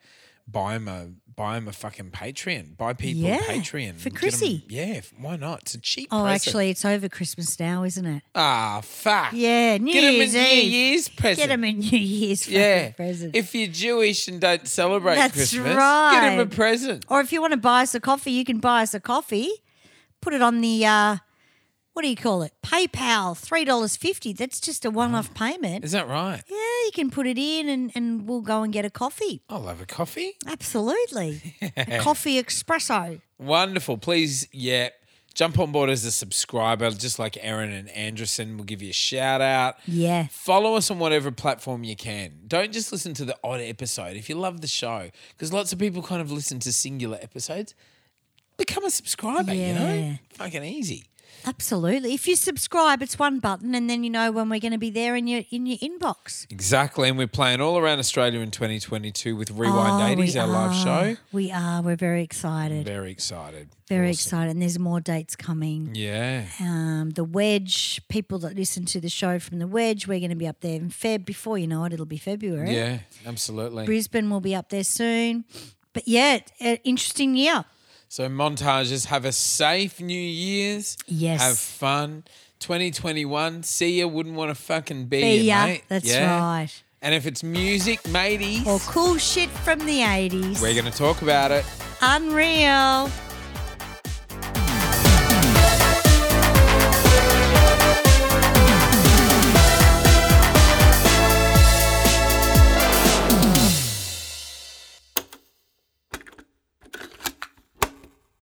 [SPEAKER 3] buy them a buy 'em a fucking Patreon. Buy people
[SPEAKER 1] Yeah,
[SPEAKER 3] a Patreon
[SPEAKER 1] for
[SPEAKER 3] Get 'em-
[SPEAKER 1] Chrissy.
[SPEAKER 3] yeah, f- why not? It's a cheap.
[SPEAKER 1] Oh,
[SPEAKER 3] present.
[SPEAKER 1] actually, it's over Christmas now, isn't it?
[SPEAKER 3] ah, fuck.
[SPEAKER 1] Yeah, New
[SPEAKER 3] Get 'em
[SPEAKER 1] Year's
[SPEAKER 3] a New
[SPEAKER 1] Eve.
[SPEAKER 3] Year's present.
[SPEAKER 1] Get them a New Year's fucking
[SPEAKER 3] yeah,
[SPEAKER 1] present.
[SPEAKER 3] if you're Jewish and don't celebrate
[SPEAKER 1] That's
[SPEAKER 3] Christmas, get
[SPEAKER 1] right. Oh.
[SPEAKER 3] them a present.
[SPEAKER 1] or if you want to buy us a coffee, you can buy us a coffee. Put it on the, uh, what do you call it? PayPal, $3.50. That's just a one off payment.
[SPEAKER 3] Is that right?
[SPEAKER 1] Yeah, you can put it in and, and we'll go and get a coffee.
[SPEAKER 3] I'll have a coffee.
[SPEAKER 1] Absolutely. a coffee espresso.
[SPEAKER 3] Wonderful. Please, yeah, jump on board as a subscriber, just like Aaron and Anderson. We'll give you a shout out.
[SPEAKER 1] Yeah.
[SPEAKER 3] Follow us on whatever platform you can. Don't just listen to the odd episode. If you love the show, because lots of people kind of listen to singular episodes, become a subscriber, you
[SPEAKER 1] Yeah.
[SPEAKER 3] know? Fucking easy.
[SPEAKER 1] Absolutely. If you subscribe, it's one button and then you know when we're going to be there in your in your inbox.
[SPEAKER 3] Exactly. And we're playing all around Australia in 2022 with Rewind
[SPEAKER 1] Oh,
[SPEAKER 3] 80s,
[SPEAKER 1] we
[SPEAKER 3] our
[SPEAKER 1] are.
[SPEAKER 3] live show.
[SPEAKER 1] We are. We're very excited. Very,
[SPEAKER 3] Very excited.
[SPEAKER 1] excited. And there's more dates coming.
[SPEAKER 3] Yeah.
[SPEAKER 1] Um, the Wedge, people that listen to the show from the Wedge, we're going to be up there in Feb. Before you know it, it'll be February.
[SPEAKER 3] Yeah, absolutely.
[SPEAKER 1] Brisbane will be up there soon. But yeah, uh, interesting year.
[SPEAKER 3] So montages, have a safe New Year's.
[SPEAKER 1] Yes.
[SPEAKER 3] Have fun. 2021, see ya, wouldn't want to fucking be,
[SPEAKER 1] Be
[SPEAKER 3] ya,
[SPEAKER 1] ya,
[SPEAKER 3] mate.
[SPEAKER 1] that's right.
[SPEAKER 3] And if it's music, mateys,
[SPEAKER 1] Or cool shit from the 80s.
[SPEAKER 3] we're going to talk about it.
[SPEAKER 1] Unreal.